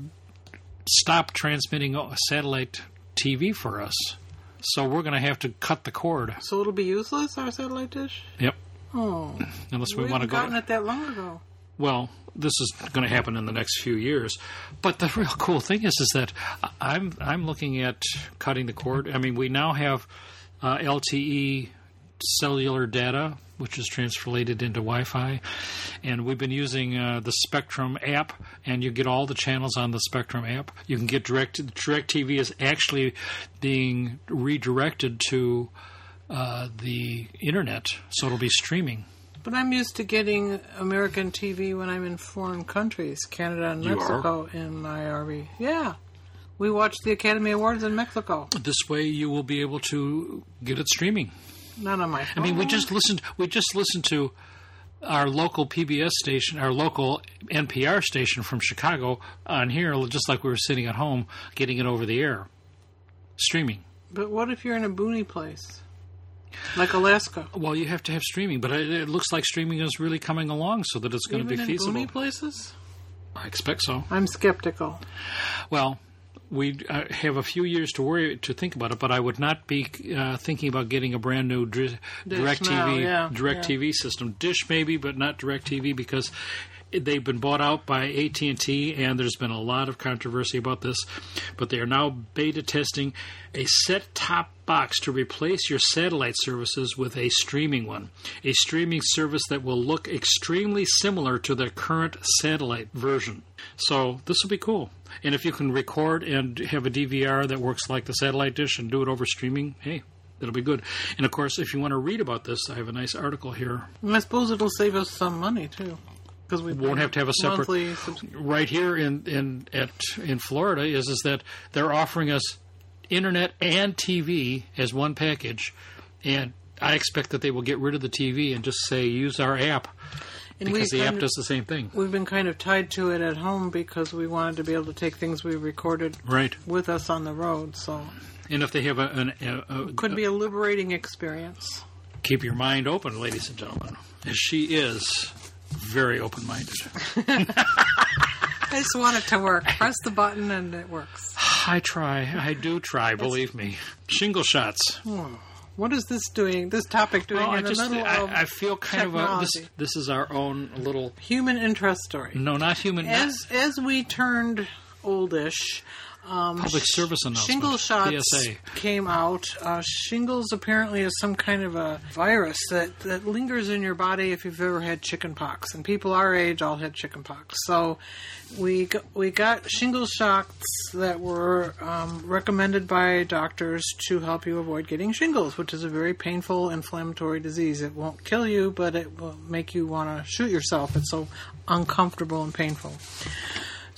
Speaker 1: stop transmitting satellite TV for us. So we're going to have to cut the cord.
Speaker 2: So it'll be useless, our satellite dish?
Speaker 1: Yep.
Speaker 2: Oh.
Speaker 1: Unless we,
Speaker 2: We,
Speaker 1: want to
Speaker 2: haven't
Speaker 1: go.
Speaker 2: gotten it that long ago.
Speaker 1: well, this is going to happen in the next few years. But the real cool thing is, is that I- I'm I'm looking at cutting the cord. I mean, we now have uh, LTE cellular data, which is translated into Wi-Fi, and we've been using uh, the Spectrum app, and you get all the channels on the Spectrum app. You can get direct DirecTV is actually being redirected to uh, the internet, so it'll be streaming.
Speaker 2: But I'm used to getting American TV when I'm in foreign countries, Canada and
Speaker 1: You are?
Speaker 2: Mexico, in my RV. Yeah. We watched the Academy Awards in Mexico.
Speaker 1: This way, you will be able to get it streaming.
Speaker 2: Not on my
Speaker 1: I
Speaker 2: phone.
Speaker 1: mean, we just listened. We just listened to our local PBS station, our local NPR station from Chicago on here, just like we were sitting at home getting it over the air, streaming.
Speaker 2: But what if you're in a boony place? Like Alaska.
Speaker 1: Well, you have to have streaming, but it, it looks like streaming is really coming along, so that it's going to
Speaker 2: Even
Speaker 1: be
Speaker 2: in
Speaker 1: feasible.
Speaker 2: boony places?
Speaker 1: I expect so.
Speaker 2: I'm skeptical.
Speaker 1: Well, we uh, have a few years to worry to think about it, but I would not be uh, thinking about getting a brand new dir- direct
Speaker 2: now,
Speaker 1: TV
Speaker 2: yeah,
Speaker 1: direct
Speaker 2: yeah.
Speaker 1: TV system. Dish maybe, but not direct TV because they've been bought out by AT&T and there's been a lot of controversy about this but they are now beta testing a set-top box to replace your satellite services with a streaming one a streaming service that will look extremely similar to their current satellite version so this will be cool and if you can record and have a DVR that works like the satellite dish and do it over streaming hey It'll be good. And of course, if you want to read about this, I have a nice article here
Speaker 2: And I suppose it'll save us some money, too. because we
Speaker 1: won't have to have a separate
Speaker 2: monthly subs-
Speaker 1: right here in in at in Florida is is that they're offering us internet and TV as one package, and I expect that they will get rid of the TV and just say use our app
Speaker 2: and
Speaker 1: because the
Speaker 2: kind
Speaker 1: app
Speaker 2: of-
Speaker 1: does the same thing.
Speaker 2: We've been kind of tied to it at home because we wanted to be able to take things we recorded
Speaker 1: Right,
Speaker 2: with us on the road. So
Speaker 1: and if they have a, an, a, a
Speaker 2: could be a liberating experience.
Speaker 1: keep your mind open, ladies and gentlemen, as she is very open-minded.
Speaker 2: I just want it to work. Press the button and it works.
Speaker 1: I try, I do try, believe me. Shingle shots.
Speaker 2: What is this doing? This topic doing
Speaker 1: Well, Oh, I
Speaker 2: in the
Speaker 1: just
Speaker 2: middle
Speaker 1: I,
Speaker 2: of
Speaker 1: I feel kind of a, this.
Speaker 2: technology.
Speaker 1: This is our own little
Speaker 2: human interest story?
Speaker 1: no, not human not
Speaker 2: As as we turned oldish,
Speaker 1: public service announcement.
Speaker 2: Um, Shingle shots
Speaker 1: PSA.
Speaker 2: came out. Uh, shingles apparently is some kind of a virus that, that lingers in your body if you've ever had chicken pox. And people our age all had chicken pox. So we g- we got shingle shots that were um, recommended by doctors to help you avoid getting shingles, which is a very painful inflammatory disease. It won't kill you, but it will make you want to shoot yourself. It's so uncomfortable and painful.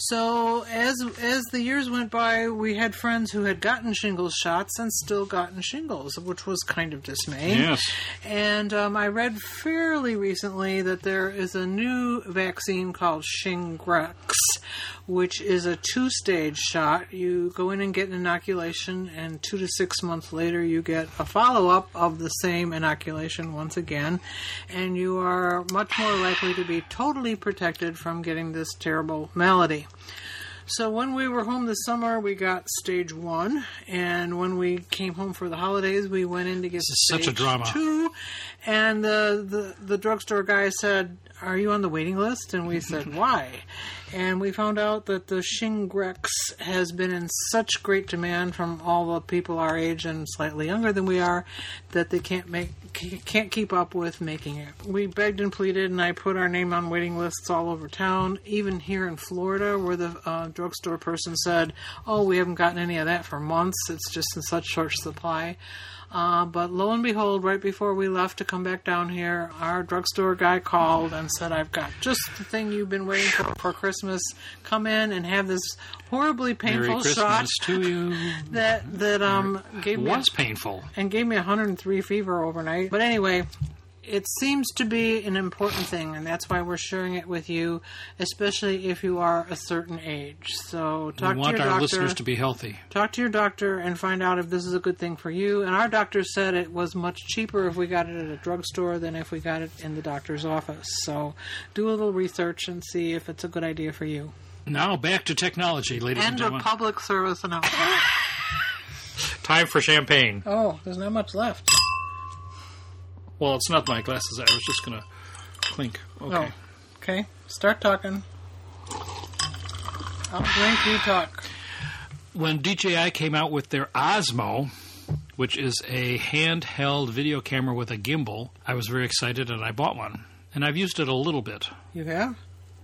Speaker 2: So as as the years went by, we had friends who had gotten shingles shots and still gotten shingles, which was kind of dismaying.
Speaker 1: Yes.
Speaker 2: And um, I read fairly recently that there is a new vaccine called Shingrix, which is a two-stage shot. You go in and get an inoculation, and two to six months later, you get a follow-up of the same inoculation once again, and you are much more likely to be totally protected from getting this terrible malady. So when we were home this summer, we got stage one, and when we came home for the holidays, we went in to get
Speaker 1: is such a
Speaker 2: stage
Speaker 1: drama.
Speaker 2: two, and the, the the drugstore guy said, "Are you on the waiting list?" And we said, "Why?" And we found out that the Shingrix has been in such great demand from all the people our age and slightly younger than we are that they can't make c- can't keep up with making it. We begged and pleaded, and I put our name on waiting lists all over town, even here in Florida, where the uh, drugstore person said, "Oh, we haven't gotten any of that for months. It's just in such short supply." Uh, but lo and behold, right before we left to come back down here, our drugstore guy called and said, I've got just the thing you've been waiting for for Christmas. Come in and have this horribly
Speaker 1: Merry
Speaker 2: painful
Speaker 1: Christmas
Speaker 2: shot
Speaker 1: to you.
Speaker 2: that, that um, gave
Speaker 1: It
Speaker 2: me a
Speaker 1: was painful.
Speaker 2: and gave me 103 fever overnight. But anyway, it seems to be an important thing, and that's why we're sharing it with you, especially if you are a certain age. So talk
Speaker 1: We
Speaker 2: to
Speaker 1: want
Speaker 2: your
Speaker 1: our
Speaker 2: doctor.
Speaker 1: listeners to be healthy.
Speaker 2: talk to your doctor and find out if this is a good thing for you. And our doctor said it was much cheaper if we got it at a drugstore than if we got it in the doctor's office. So do a little research and see if it's a good idea for you.
Speaker 1: Now back to technology, ladies and
Speaker 2: End of
Speaker 1: gentlemen.
Speaker 2: public service announcement.
Speaker 1: Time for champagne.
Speaker 2: oh, there's not much left.
Speaker 1: Well, it's not my glasses. I was just gonna clink. Okay.
Speaker 2: Oh, okay. Start talking. I'll drink, you talk.
Speaker 1: when DJI came out with their Osmo, which is a handheld video camera with a gimbal, I was very excited and I bought one. And I've used it a little bit.
Speaker 2: You have?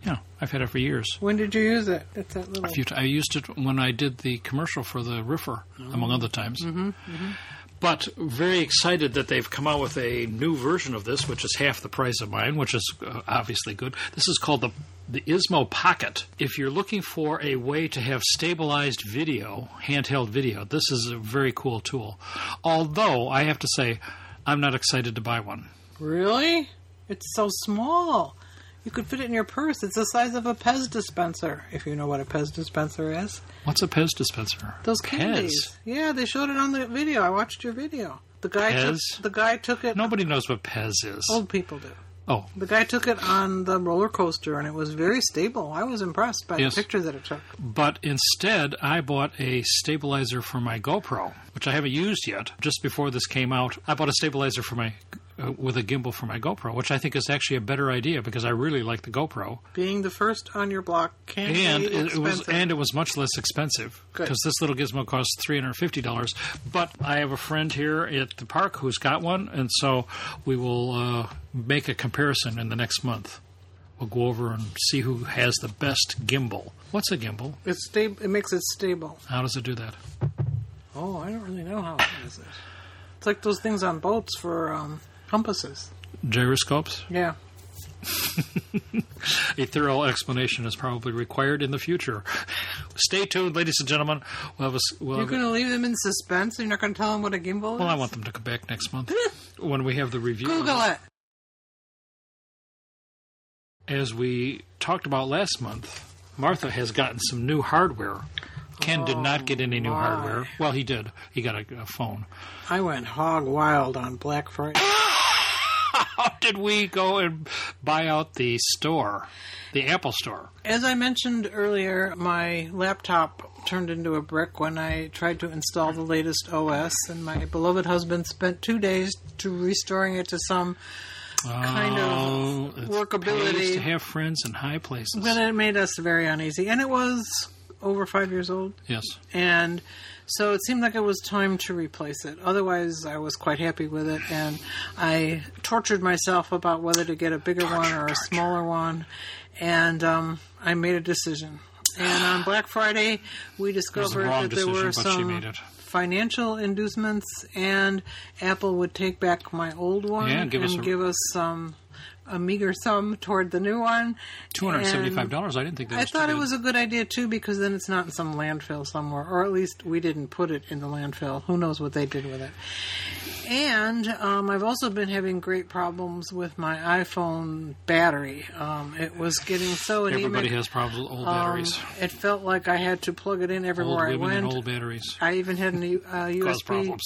Speaker 1: Yeah, I've had it for years.
Speaker 2: When did you use it? It's that little.
Speaker 1: A few t- I used it when I did the commercial for the Riffer, among other times. But very excited that they've come out with a new version of this, which is half the price of mine, which is uh, obviously good. This is called the the Ismo Pocket. If you're looking for a way to have stabilized video, handheld video, this is a very cool tool. Although I have to say, I'm not excited to buy one.
Speaker 2: Really? It's so small. You could fit it in your purse. It's the size of a Pez dispenser, if you know what a Pez dispenser is.
Speaker 1: What's a Pez dispenser?
Speaker 2: Those
Speaker 1: Pez.
Speaker 2: candies. Yeah, they showed it on the video. I watched your video. The guy
Speaker 1: Pez?
Speaker 2: took the guy took it.
Speaker 1: Nobody knows what Pez is.
Speaker 2: Old people do.
Speaker 1: oh
Speaker 2: The guy took it on the roller coaster, and it was very stable. I was impressed by
Speaker 1: Yes.
Speaker 2: the picture that it took.
Speaker 1: But instead, I bought a stabilizer for my GoPro, which I haven't used yet. Just before this came out, I bought a stabilizer for my uh, with a gimbal for my GoPro, which I think is actually a better idea because I really like the GoPro,
Speaker 2: Being the first on your block can
Speaker 1: and
Speaker 2: be
Speaker 1: it, it was
Speaker 2: expensive.
Speaker 1: and it was much less expensive
Speaker 2: Good.
Speaker 1: because this little gizmo costs three hundred fifty dollars. But I have a friend here at the park who's got one, and so we will uh, make a comparison in the next month. We'll go over and see who has the best gimbal. What's a gimbal?
Speaker 2: It's stab- it makes it stable.
Speaker 1: How does it do that?
Speaker 2: Oh, I don't really know how it is. It. It's like those things on boats for um, compasses.
Speaker 1: Gyroscopes.
Speaker 2: Yeah.
Speaker 1: A thorough explanation is probably required in the future. Stay tuned, ladies and gentlemen. We'll have a. s- We'll
Speaker 2: You're
Speaker 1: have a-
Speaker 2: going to leave them in suspense, and you're not going to tell them what a gimbal is.
Speaker 1: well, I want them to come back next month when we have the review.
Speaker 2: Google it.
Speaker 1: As we talked about last month, Martha has gotten some new hardware. Ken did not get any new
Speaker 2: Oh, my.
Speaker 1: hardware. Well, he did. He got a, a phone.
Speaker 2: I went hog wild on Black Friday.
Speaker 1: How did we go and buy out the store, the Apple store?
Speaker 2: As I mentioned earlier, my laptop turned into a brick when I tried to install the latest OS, and my beloved husband spent two days to restoring it to some kind
Speaker 1: Oh,
Speaker 2: of
Speaker 1: it's pays to
Speaker 2: workability.
Speaker 1: have friends in high places.
Speaker 2: But it made us very uneasy, and it was over five years old.
Speaker 1: yes.
Speaker 2: and so it seemed like it was time to replace it. Otherwise, I was quite happy with it, and I tortured myself about whether to get a bigger one or a smaller one, and um, I made a decision. And on Black Friday, we discovered
Speaker 1: wrong
Speaker 2: that there were
Speaker 1: decision, but she
Speaker 2: some
Speaker 1: made it.
Speaker 2: financial inducements, and Apple would take back my old one
Speaker 1: Yeah, give
Speaker 2: and
Speaker 1: us a-
Speaker 2: give us some a meager sum toward the new one.
Speaker 1: Two hundred seventy-five
Speaker 2: And-
Speaker 1: dollars. I didn't think that.
Speaker 2: I
Speaker 1: was too
Speaker 2: thought it
Speaker 1: bad.
Speaker 2: was a good idea too because then it's not in some landfill somewhere, or at least we didn't put it in the landfill. Who knows what they did with it? And um, I've also been having great problems with my iPhone battery. Um, it was getting so anemic.
Speaker 1: Everybody has problems with old
Speaker 2: um,
Speaker 1: batteries.
Speaker 2: It felt like I had to plug it in
Speaker 1: Old
Speaker 2: everywhere I
Speaker 1: women
Speaker 2: went.
Speaker 1: and old batteries.
Speaker 2: I even had an, U- uh,
Speaker 1: Cause
Speaker 2: USB.
Speaker 1: problems.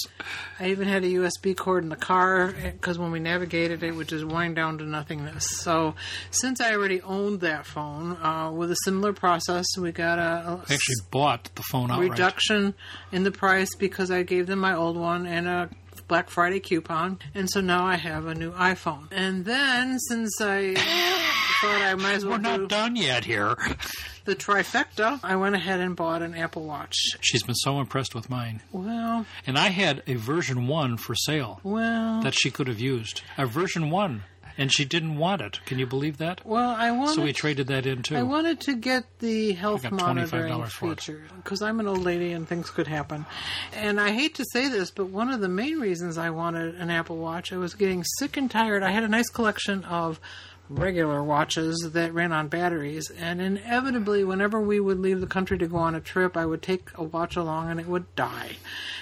Speaker 2: I even had a USB cord in the car because when we navigated, it would just wind down to nothingness. So, since I already owned that phone uh, with a similar process, we got a, a
Speaker 1: I actually bought the phone outright.
Speaker 2: reduction in the price because I gave them my old one and a Black Friday coupon, and so now I have a new iPhone. And then, since I thought I might as well
Speaker 1: We're
Speaker 2: do
Speaker 1: not done yet here.
Speaker 2: the trifecta, I went ahead and bought an Apple Watch.
Speaker 1: She's been so impressed with mine.
Speaker 2: Well,
Speaker 1: And I had a version 1 for sale
Speaker 2: well.
Speaker 1: that she could have used. A version 1. And she didn't want it. Can you believe that?
Speaker 2: well, I wanted
Speaker 1: So we traded that in
Speaker 2: I
Speaker 1: too.
Speaker 2: wanted to get the health
Speaker 1: got
Speaker 2: monitoring
Speaker 1: $25 for it.
Speaker 2: feature because I'm an old lady and things could happen. And I hate to say this, but one of the main reasons I wanted an Apple Watch, I was getting sick and tired. I had a nice collection of regular watches that ran on batteries, and inevitably, whenever we would leave the country to go on a trip, I would take a watch along and it would die.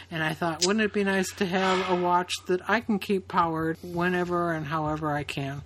Speaker 2: And I thought, wouldn't it be nice to have a watch that I can keep powered whenever and however I can?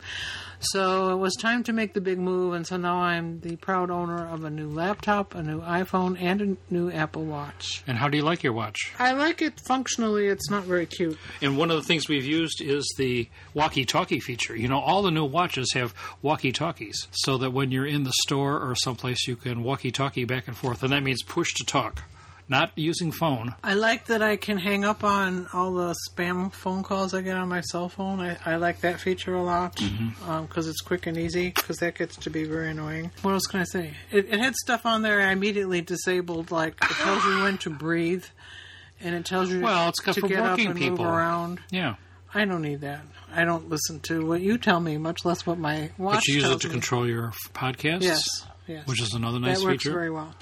Speaker 2: So it was time to make the big move, and so now I'm the proud owner of a new laptop, a new iPhone, and a new Apple Watch.
Speaker 1: And how do you like your watch?
Speaker 2: I like it functionally, it's not very cute.
Speaker 1: And one of the things we've used is the walkie talkie feature. You know, all the new watches have walkie talkies so that when you're in the store or someplace, you can walkie talkie back and forth. And that means push to talk, not using phone.
Speaker 2: I like that I can hang up on all the spam phone calls I get on my cell phone. I, I like that feature a lot because
Speaker 1: Mm-hmm.
Speaker 2: it's quick and easy. Because that gets to be very annoying. What else can I say? It, it had stuff on there I immediately disabled. Like it tells you when to breathe, and it tells you
Speaker 1: Well, it's got
Speaker 2: to
Speaker 1: for
Speaker 2: get up
Speaker 1: working
Speaker 2: and
Speaker 1: people.
Speaker 2: move around.
Speaker 1: Yeah.
Speaker 2: I don't need that. I don't listen to what you tell me, much less what my watch
Speaker 1: But you use
Speaker 2: tells
Speaker 1: it to
Speaker 2: me.
Speaker 1: control your f- podcasts,
Speaker 2: Yes, yes.
Speaker 1: which is another
Speaker 2: that
Speaker 1: nice
Speaker 2: works
Speaker 1: feature.
Speaker 2: very well.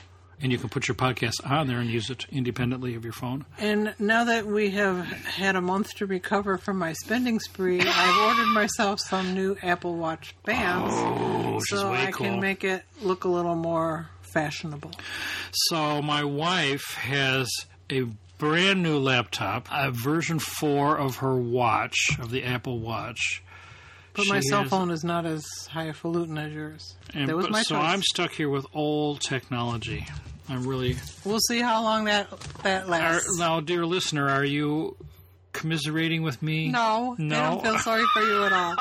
Speaker 1: and you can put your podcast on there and use it independently of your phone.
Speaker 2: And now that we have had a month to recover from my spending spree, I've ordered myself some new Apple Watch bands
Speaker 1: Oh, which
Speaker 2: so I can make it look a little more fashionable.
Speaker 1: so my wife has a brand new laptop, a version four of her watch, of the Apple Watch.
Speaker 2: But
Speaker 1: She
Speaker 2: my cell
Speaker 1: has-
Speaker 2: phone is not as highfalutin as yours.
Speaker 1: And
Speaker 2: that was
Speaker 1: but-
Speaker 2: my
Speaker 1: so
Speaker 2: choice.
Speaker 1: I'm stuck here with old technology. I'm really
Speaker 2: We'll see how long that that
Speaker 1: are,
Speaker 2: lasts.
Speaker 1: now, dear listener. Are you commiserating with me?
Speaker 2: no,
Speaker 1: no.
Speaker 2: they don't feel sorry for you at all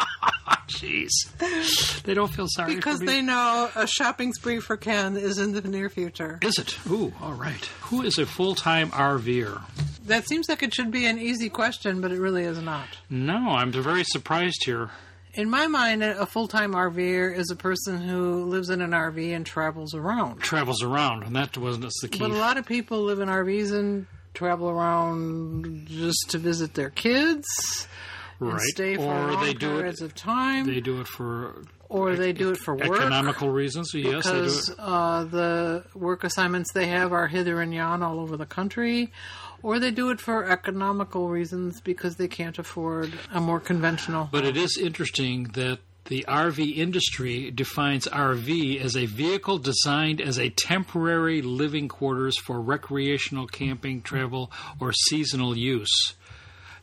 Speaker 1: Jeez, they don't feel sorry
Speaker 2: because
Speaker 1: for me.
Speaker 2: they know a shopping spree for Ken is in the near future.
Speaker 1: Is it? Ooh, all right. Who is a full time RVer?
Speaker 2: That seems like it should be an easy question, but it really is not.
Speaker 1: No, I'm very surprised here.
Speaker 2: In my mind, a full time RVer er is a person who lives in an RV and travels around.
Speaker 1: Travels around, and that wasn't that's the key.
Speaker 2: But a lot of people live in RVs and travel around just to visit their kids,
Speaker 1: right?
Speaker 2: and stay for
Speaker 1: or
Speaker 2: long
Speaker 1: they do
Speaker 2: periods
Speaker 1: it.
Speaker 2: of time,
Speaker 1: They do it for
Speaker 2: or they do it for work.
Speaker 1: economical reasons. Yes, they do
Speaker 2: because
Speaker 1: it.
Speaker 2: uh, the work assignments they have are hither and yon all over the country, or they do it for economical reasons because they can't afford a more conventional.
Speaker 1: But it is interesting that The RV industry defines RV as a vehicle designed as a temporary living quarters for recreational camping, travel, or seasonal use.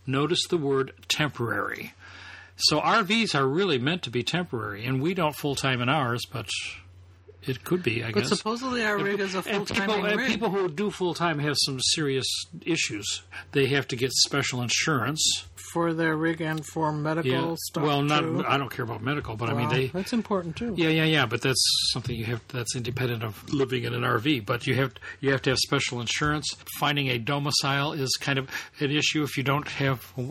Speaker 1: Notice the word temporary. So RVs are really meant to be temporary, and we don't full time in ours, but it could be, I
Speaker 2: But
Speaker 1: guess.
Speaker 2: supposedly our rig is a full
Speaker 1: and people,
Speaker 2: time
Speaker 1: and
Speaker 2: rig.
Speaker 1: people who do full time have some serious issues. They have to get special insurance.
Speaker 2: for their rig and for medical
Speaker 1: Yeah.
Speaker 2: stuff.
Speaker 1: well, not
Speaker 2: too.
Speaker 1: I don't care about medical, but I mean
Speaker 2: Wow,
Speaker 1: they
Speaker 2: that's important too.
Speaker 1: Yeah, yeah, yeah, but that's something you have that's independent of living in an RV, but you have you have to have special insurance. Finding a domicile is kind of an issue if you don't have uh,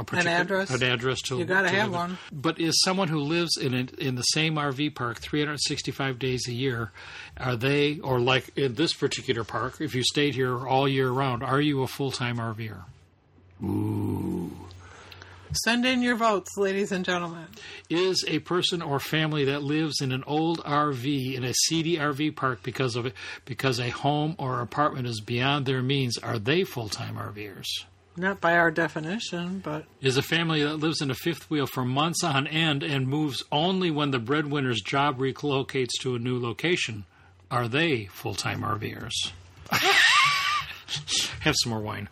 Speaker 1: a particular
Speaker 2: address?
Speaker 1: an address to
Speaker 2: You gotta
Speaker 1: to
Speaker 2: have
Speaker 1: live in.
Speaker 2: one.
Speaker 1: But is someone who lives in an, in the same RV park 365 days a year, are they or like in this particular park, if you stayed here all year round, are you a full-time RVer?
Speaker 2: Send in your votes, ladies and gentlemen.
Speaker 1: is a person or family that lives in an old RV in a seedy RV park because of it because a home or apartment is beyond their means are they full-time RVers?
Speaker 2: Not by our definition, but
Speaker 1: Is a family that lives in a fifth wheel for months on end and moves only when the breadwinner's job relocates to a new location are they full-time RVers? Have some more wine.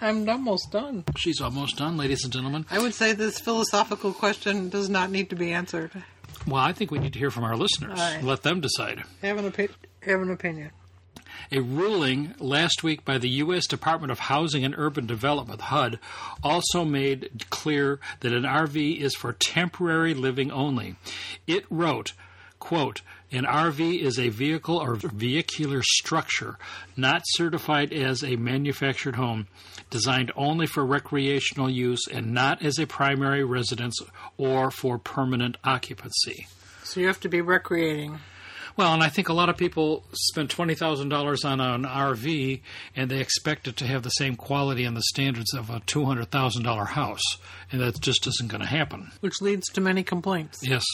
Speaker 2: I'm almost done.
Speaker 1: She's almost done, ladies and gentlemen.
Speaker 2: I would say this philosophical question does not need to be answered.
Speaker 1: Well, I think we need to hear from our listeners.
Speaker 2: All right.
Speaker 1: Let them decide.
Speaker 2: Have an, opi- have an opinion.
Speaker 1: A ruling last week by the U.S. Department of Housing and Urban Development, HUD, also made clear that an RV is for temporary living only. It wrote, quote, an RV is a vehicle or vehicular structure not certified as a manufactured home, designed only for recreational use and not as a primary residence or for permanent occupancy.
Speaker 2: So you have to be recreating.
Speaker 1: Well, and I think a lot of people spend twenty thousand dollars on an RV, and they expect it to have the same quality and the standards of a two hundred thousand dollar house, and that just isn't going to happen.
Speaker 2: which leads to many complaints.
Speaker 1: Yes.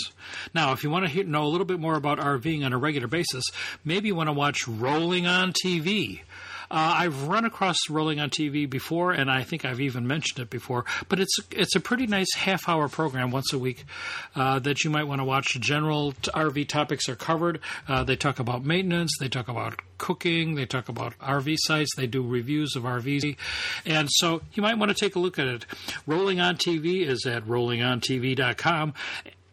Speaker 1: Now, if you want to hear, know a little bit more about RVing on a regular basis, maybe you want to watch Rolling on TV. Uh, I've run across Rolling on TV before, and I think I've even mentioned it before. But it's it's a pretty nice half hour program once a week uh, that you might want to watch. General t- RV topics are covered. Uh, they talk about maintenance. They talk about cooking. They talk about RV sites. They do reviews of RVs, and so you might want to take a look at it. Rolling on TV is at rollingontv.com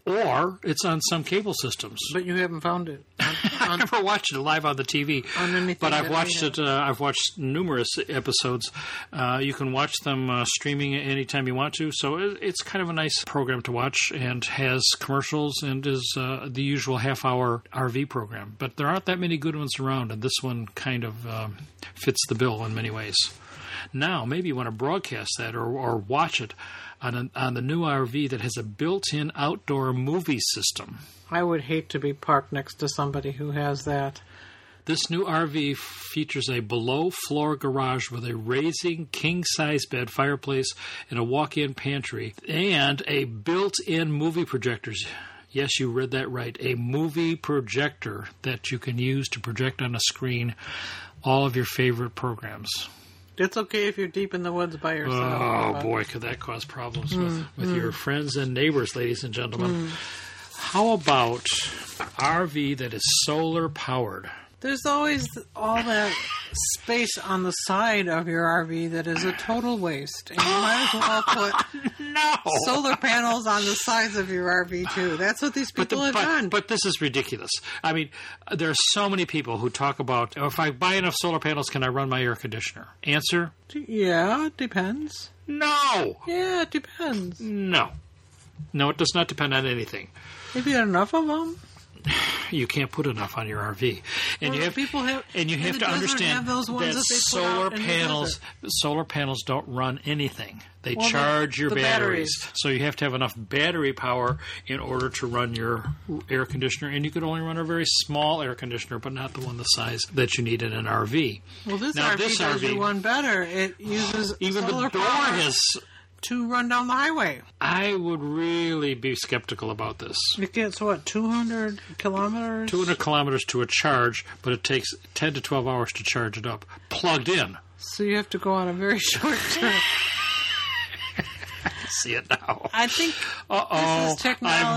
Speaker 1: or it's on some cable systems.
Speaker 2: But you haven't found it.
Speaker 1: I never watched it live on the TV,
Speaker 2: On anything
Speaker 1: but
Speaker 2: that
Speaker 1: I've
Speaker 2: we
Speaker 1: watched it.
Speaker 2: have.
Speaker 1: Uh, I've watched numerous episodes. Uh, you can watch them uh, streaming anytime you want to. So it, it's kind of a nice program to watch, and has commercials and is uh, the usual half-hour RV program. But there aren't that many good ones around, and this one kind of um, fits the bill in many ways. Now, maybe you want to broadcast that or, or watch it on, an, on the new RV that has a built-in outdoor movie system.
Speaker 2: I would hate to be parked next to somebody who has that.
Speaker 1: This new RV features a below floor garage with a raising king size bed, fireplace, and a walk in pantry, and a built in movie projector. Yes, you read that right. A movie projector that you can use to project on a screen all of your favorite programs.
Speaker 2: It's okay if you're deep in the woods by yourself.
Speaker 1: Oh
Speaker 2: but
Speaker 1: boy, could that cause problems with, with your friends and neighbors, ladies and gentlemen. How about RV that is solar powered?
Speaker 2: There's always all that space on the side of your RV that is a total waste. And you might as well put
Speaker 1: No!
Speaker 2: solar panels on the sides of your RV, too. That's what these people have
Speaker 1: but,
Speaker 2: done.
Speaker 1: but this is ridiculous. I mean, there are so many people who talk about "Oh, if I buy enough solar panels, can I run my air conditioner? Answer:
Speaker 2: yeah, it depends.
Speaker 1: No,
Speaker 2: Yeah, it depends.
Speaker 1: no, no. It does not depend on anything.
Speaker 2: If you had enough of them.
Speaker 1: You can't put enough on your RV, and you
Speaker 2: Well,
Speaker 1: have
Speaker 2: people have-
Speaker 1: and you
Speaker 2: and
Speaker 1: have to
Speaker 2: the desert
Speaker 1: understand
Speaker 2: have those
Speaker 1: that
Speaker 2: ones that they put
Speaker 1: solar
Speaker 2: out in the
Speaker 1: panels solar panels don't run anything. They
Speaker 2: the-
Speaker 1: charge your
Speaker 2: the
Speaker 1: batteries.
Speaker 2: batteries.
Speaker 1: so you have to have enough battery power in order to run your air conditioner, and you could only run a very small air conditioner, but not the one the size that you need in an RV.
Speaker 2: Well, this
Speaker 1: Now,
Speaker 2: RV
Speaker 1: this
Speaker 2: does
Speaker 1: RV
Speaker 2: you one better. It uses
Speaker 1: Even the
Speaker 2: solar
Speaker 1: door
Speaker 2: power
Speaker 1: has.
Speaker 2: to run down the highway.
Speaker 1: I would really be skeptical about this.
Speaker 2: It gets what 200 kilometers.
Speaker 1: 200 kilometers to a charge, but it takes 10 to 12 hours to charge it up, plugged in.
Speaker 2: So you have to go on a very short trip.
Speaker 1: see it now.
Speaker 2: I think
Speaker 1: Uh oh,
Speaker 2: This is
Speaker 1: I'm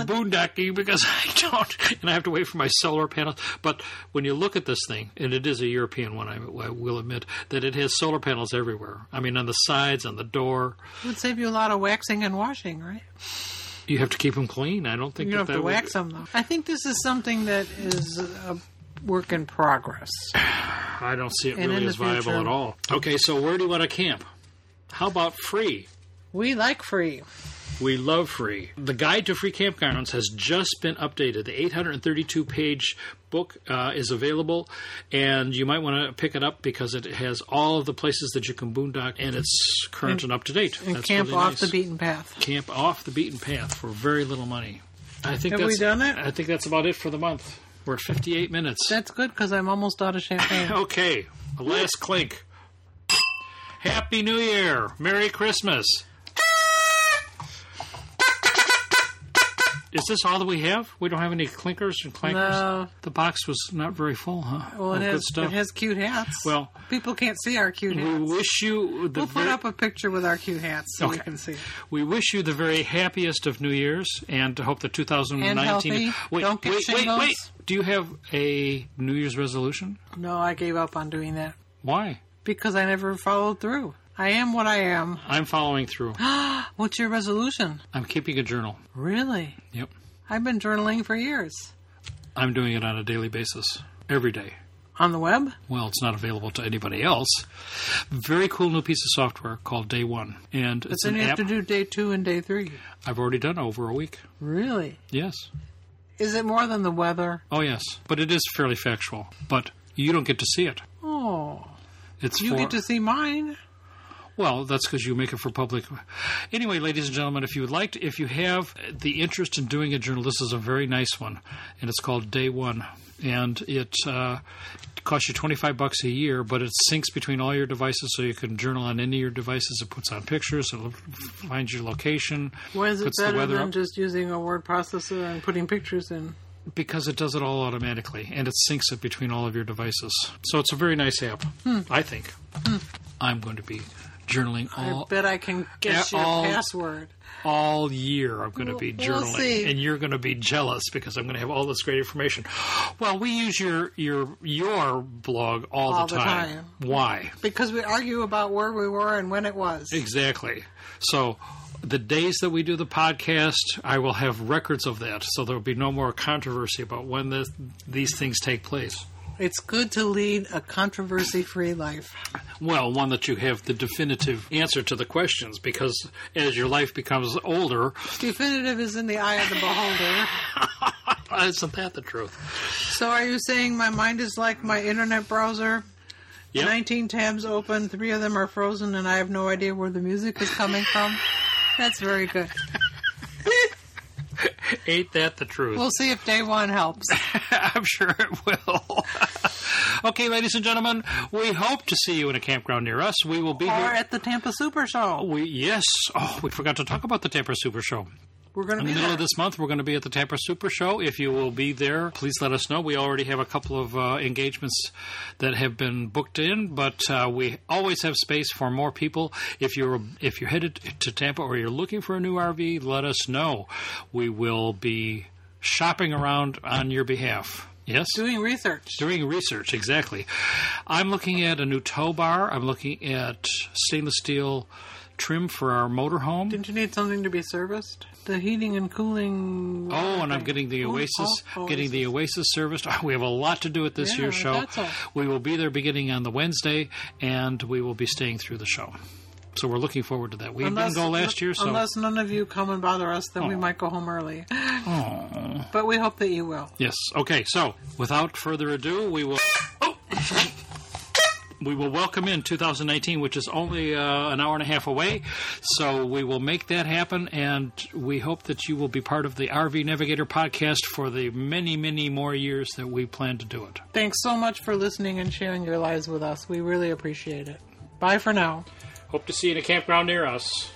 Speaker 2: technology-
Speaker 1: boondocking because I don't, and I have to wait for my solar panels. But when you look at this thing, and it is a European one, I, I will admit that it has solar panels everywhere. I mean, on the sides, on the door.
Speaker 2: it would save you a lot of waxing and washing, right?
Speaker 1: You have to keep them clean. I don't think
Speaker 2: You
Speaker 1: that
Speaker 2: don't have
Speaker 1: that
Speaker 2: to
Speaker 1: would-
Speaker 2: wax them, though. I think this is something that is a work in progress.
Speaker 1: I don't see it
Speaker 2: And in
Speaker 1: really
Speaker 2: the
Speaker 1: as viable
Speaker 2: future-
Speaker 1: at all. Okay, so where do you want to camp? How about free?
Speaker 2: We like free.
Speaker 1: We love free. The Guide to Free Campgrounds has just been updated. The 832 page book uh, is available, and you might want to pick it up because it has all of the places that you can boondock, and it's current and, up to date.
Speaker 2: Mm. and
Speaker 1: That's
Speaker 2: camp
Speaker 1: really
Speaker 2: off
Speaker 1: nice.
Speaker 2: the beaten path.
Speaker 1: Camp off the beaten path for very little money. I think
Speaker 2: Have we
Speaker 1: that's,
Speaker 2: done it?
Speaker 1: I think that's about it for the month. We're at 58 minutes.
Speaker 2: That's good because I'm almost out of champagne.
Speaker 1: Okay, a last clink. Happy New Year! Merry Christmas! Is this all that we have? We don't have any clinkers and clankers?
Speaker 2: No.
Speaker 1: The box was not very full, huh?
Speaker 2: well, it
Speaker 1: Oh,
Speaker 2: has,
Speaker 1: good
Speaker 2: it
Speaker 1: stuff.
Speaker 2: has cute hats.
Speaker 1: Well-
Speaker 2: people can't see our cute
Speaker 1: we
Speaker 2: hats.
Speaker 1: wish you the
Speaker 2: We'll put
Speaker 1: ver-
Speaker 2: up a picture with our cute hats so you
Speaker 1: Okay.
Speaker 2: can see.
Speaker 1: we wish you the very happiest of New Years and hope that 2019
Speaker 2: And healthy.
Speaker 1: Wait,
Speaker 2: Don't get
Speaker 1: wait, wait,
Speaker 2: shingles.
Speaker 1: wait. Do you have a New Year's resolution?
Speaker 2: No, I gave up on doing that
Speaker 1: Why?
Speaker 2: because I never followed through. I am what I am.
Speaker 1: I'm following through.
Speaker 2: What's your resolution?
Speaker 1: I'm keeping a journal.
Speaker 2: Really?
Speaker 1: Yep.
Speaker 2: I've been journaling for years.
Speaker 1: I'm doing it on a daily basis, every day.
Speaker 2: On the web?
Speaker 1: Well, it's not available to anybody else. Very cool new piece of software called Day One, and it's
Speaker 2: Then
Speaker 1: an
Speaker 2: you have
Speaker 1: app.
Speaker 2: to do day two and day three.
Speaker 1: I've already done over a week.
Speaker 2: Really?
Speaker 1: Yes,
Speaker 2: Is it more than the weather?
Speaker 1: oh yes, but it is fairly factual. But you don't get to see it.
Speaker 2: Oh,
Speaker 1: It's
Speaker 2: you
Speaker 1: for,
Speaker 2: get to see mine.
Speaker 1: Well, that's because you make it for public. Anyway, ladies and gentlemen, if you would like to, if you have the interest in doing a journal, this is a very nice one, and it's called Day One, and it uh, costs you twenty five bucks a year, but it syncs between all your devices, so you can journal on any of your devices. It puts on pictures, it lo- finds your location,
Speaker 2: Why is it
Speaker 1: puts the
Speaker 2: better
Speaker 1: weather
Speaker 2: than
Speaker 1: up
Speaker 2: just using a word processor and putting pictures in?
Speaker 1: because it does it all automatically and it syncs it between all of your devices. So it's a very nice app, I think. I'm going to be journaling all
Speaker 2: I bet I can guess
Speaker 1: Yeah,
Speaker 2: your
Speaker 1: all-
Speaker 2: password.
Speaker 1: all year I'm going to be
Speaker 2: We'll- we'll
Speaker 1: journaling,
Speaker 2: see.
Speaker 1: and you're going to be jealous because I'm going to have all this great information. Well, we use your your your blog all,
Speaker 2: All
Speaker 1: the,
Speaker 2: the
Speaker 1: time.
Speaker 2: time.
Speaker 1: Why
Speaker 2: Because we argue about where we were and when it was.
Speaker 1: exactly? So. The days that we do the podcast, I will have records of that, so there will be no more controversy about when this, these things take place.
Speaker 2: It's good to lead a controversy free life.
Speaker 1: Well, one that you have the definitive answer to the questions, because as your life becomes older,
Speaker 2: Definitive is in the eye of the beholder.
Speaker 1: isn't that the truth?
Speaker 2: So are you saying my mind is like my internet browser?
Speaker 1: Yep.
Speaker 2: 19 tabs open, three of them are frozen, and I have no idea where the music is coming from? That's very good.
Speaker 1: Ain't that the truth?
Speaker 2: We'll see if day one helps.
Speaker 1: I'm sure it will. okay, ladies and gentlemen, we hope to see you in a campground near us. We will be
Speaker 2: Or
Speaker 1: here.
Speaker 2: at the Tampa Super Show.
Speaker 1: We, yes. Oh, we forgot to talk about the Tampa Super Show.
Speaker 2: We're going to
Speaker 1: In
Speaker 2: be
Speaker 1: the middle
Speaker 2: there.
Speaker 1: of this month, we're going to be at the Tampa Super Show. If you will be there, please let us know. We already have a couple of uh, engagements that have been booked in, but uh, we always have space for more people. If you're if you're headed to Tampa or you're looking for a new RV, let us know. We will be shopping around on your behalf. Yes.
Speaker 2: doing research.
Speaker 1: Doing research, exactly. I'm looking at a new tow bar. I'm looking at stainless steel trim for our motorhome.
Speaker 2: Didn't you need something to be serviced? The heating and cooling.
Speaker 1: Oh, and I'm getting the Oasis,
Speaker 2: oh,
Speaker 1: getting the Oasis serviced. We have a lot to do at this
Speaker 2: Yeah,
Speaker 1: year's show.
Speaker 2: that's all.
Speaker 1: We will be there beginning on the Wednesday, and we will be staying through the show. So we're looking forward to that. We didn't go last year, so Oh.
Speaker 2: unless none of you come and bother us, then we might go home early. But we hope that you will.
Speaker 1: yes. Okay, so without further ado, we will. Oh! we will welcome in 2019, which is only uh, an hour and a half away. So we will make that happen, and we hope that you will be part of the RV Navigator podcast for the many, many more years that we plan to do it.
Speaker 2: Thanks so much for listening and sharing your lives with us. We really appreciate it. Bye for now.
Speaker 1: Hope to see you in a campground near us.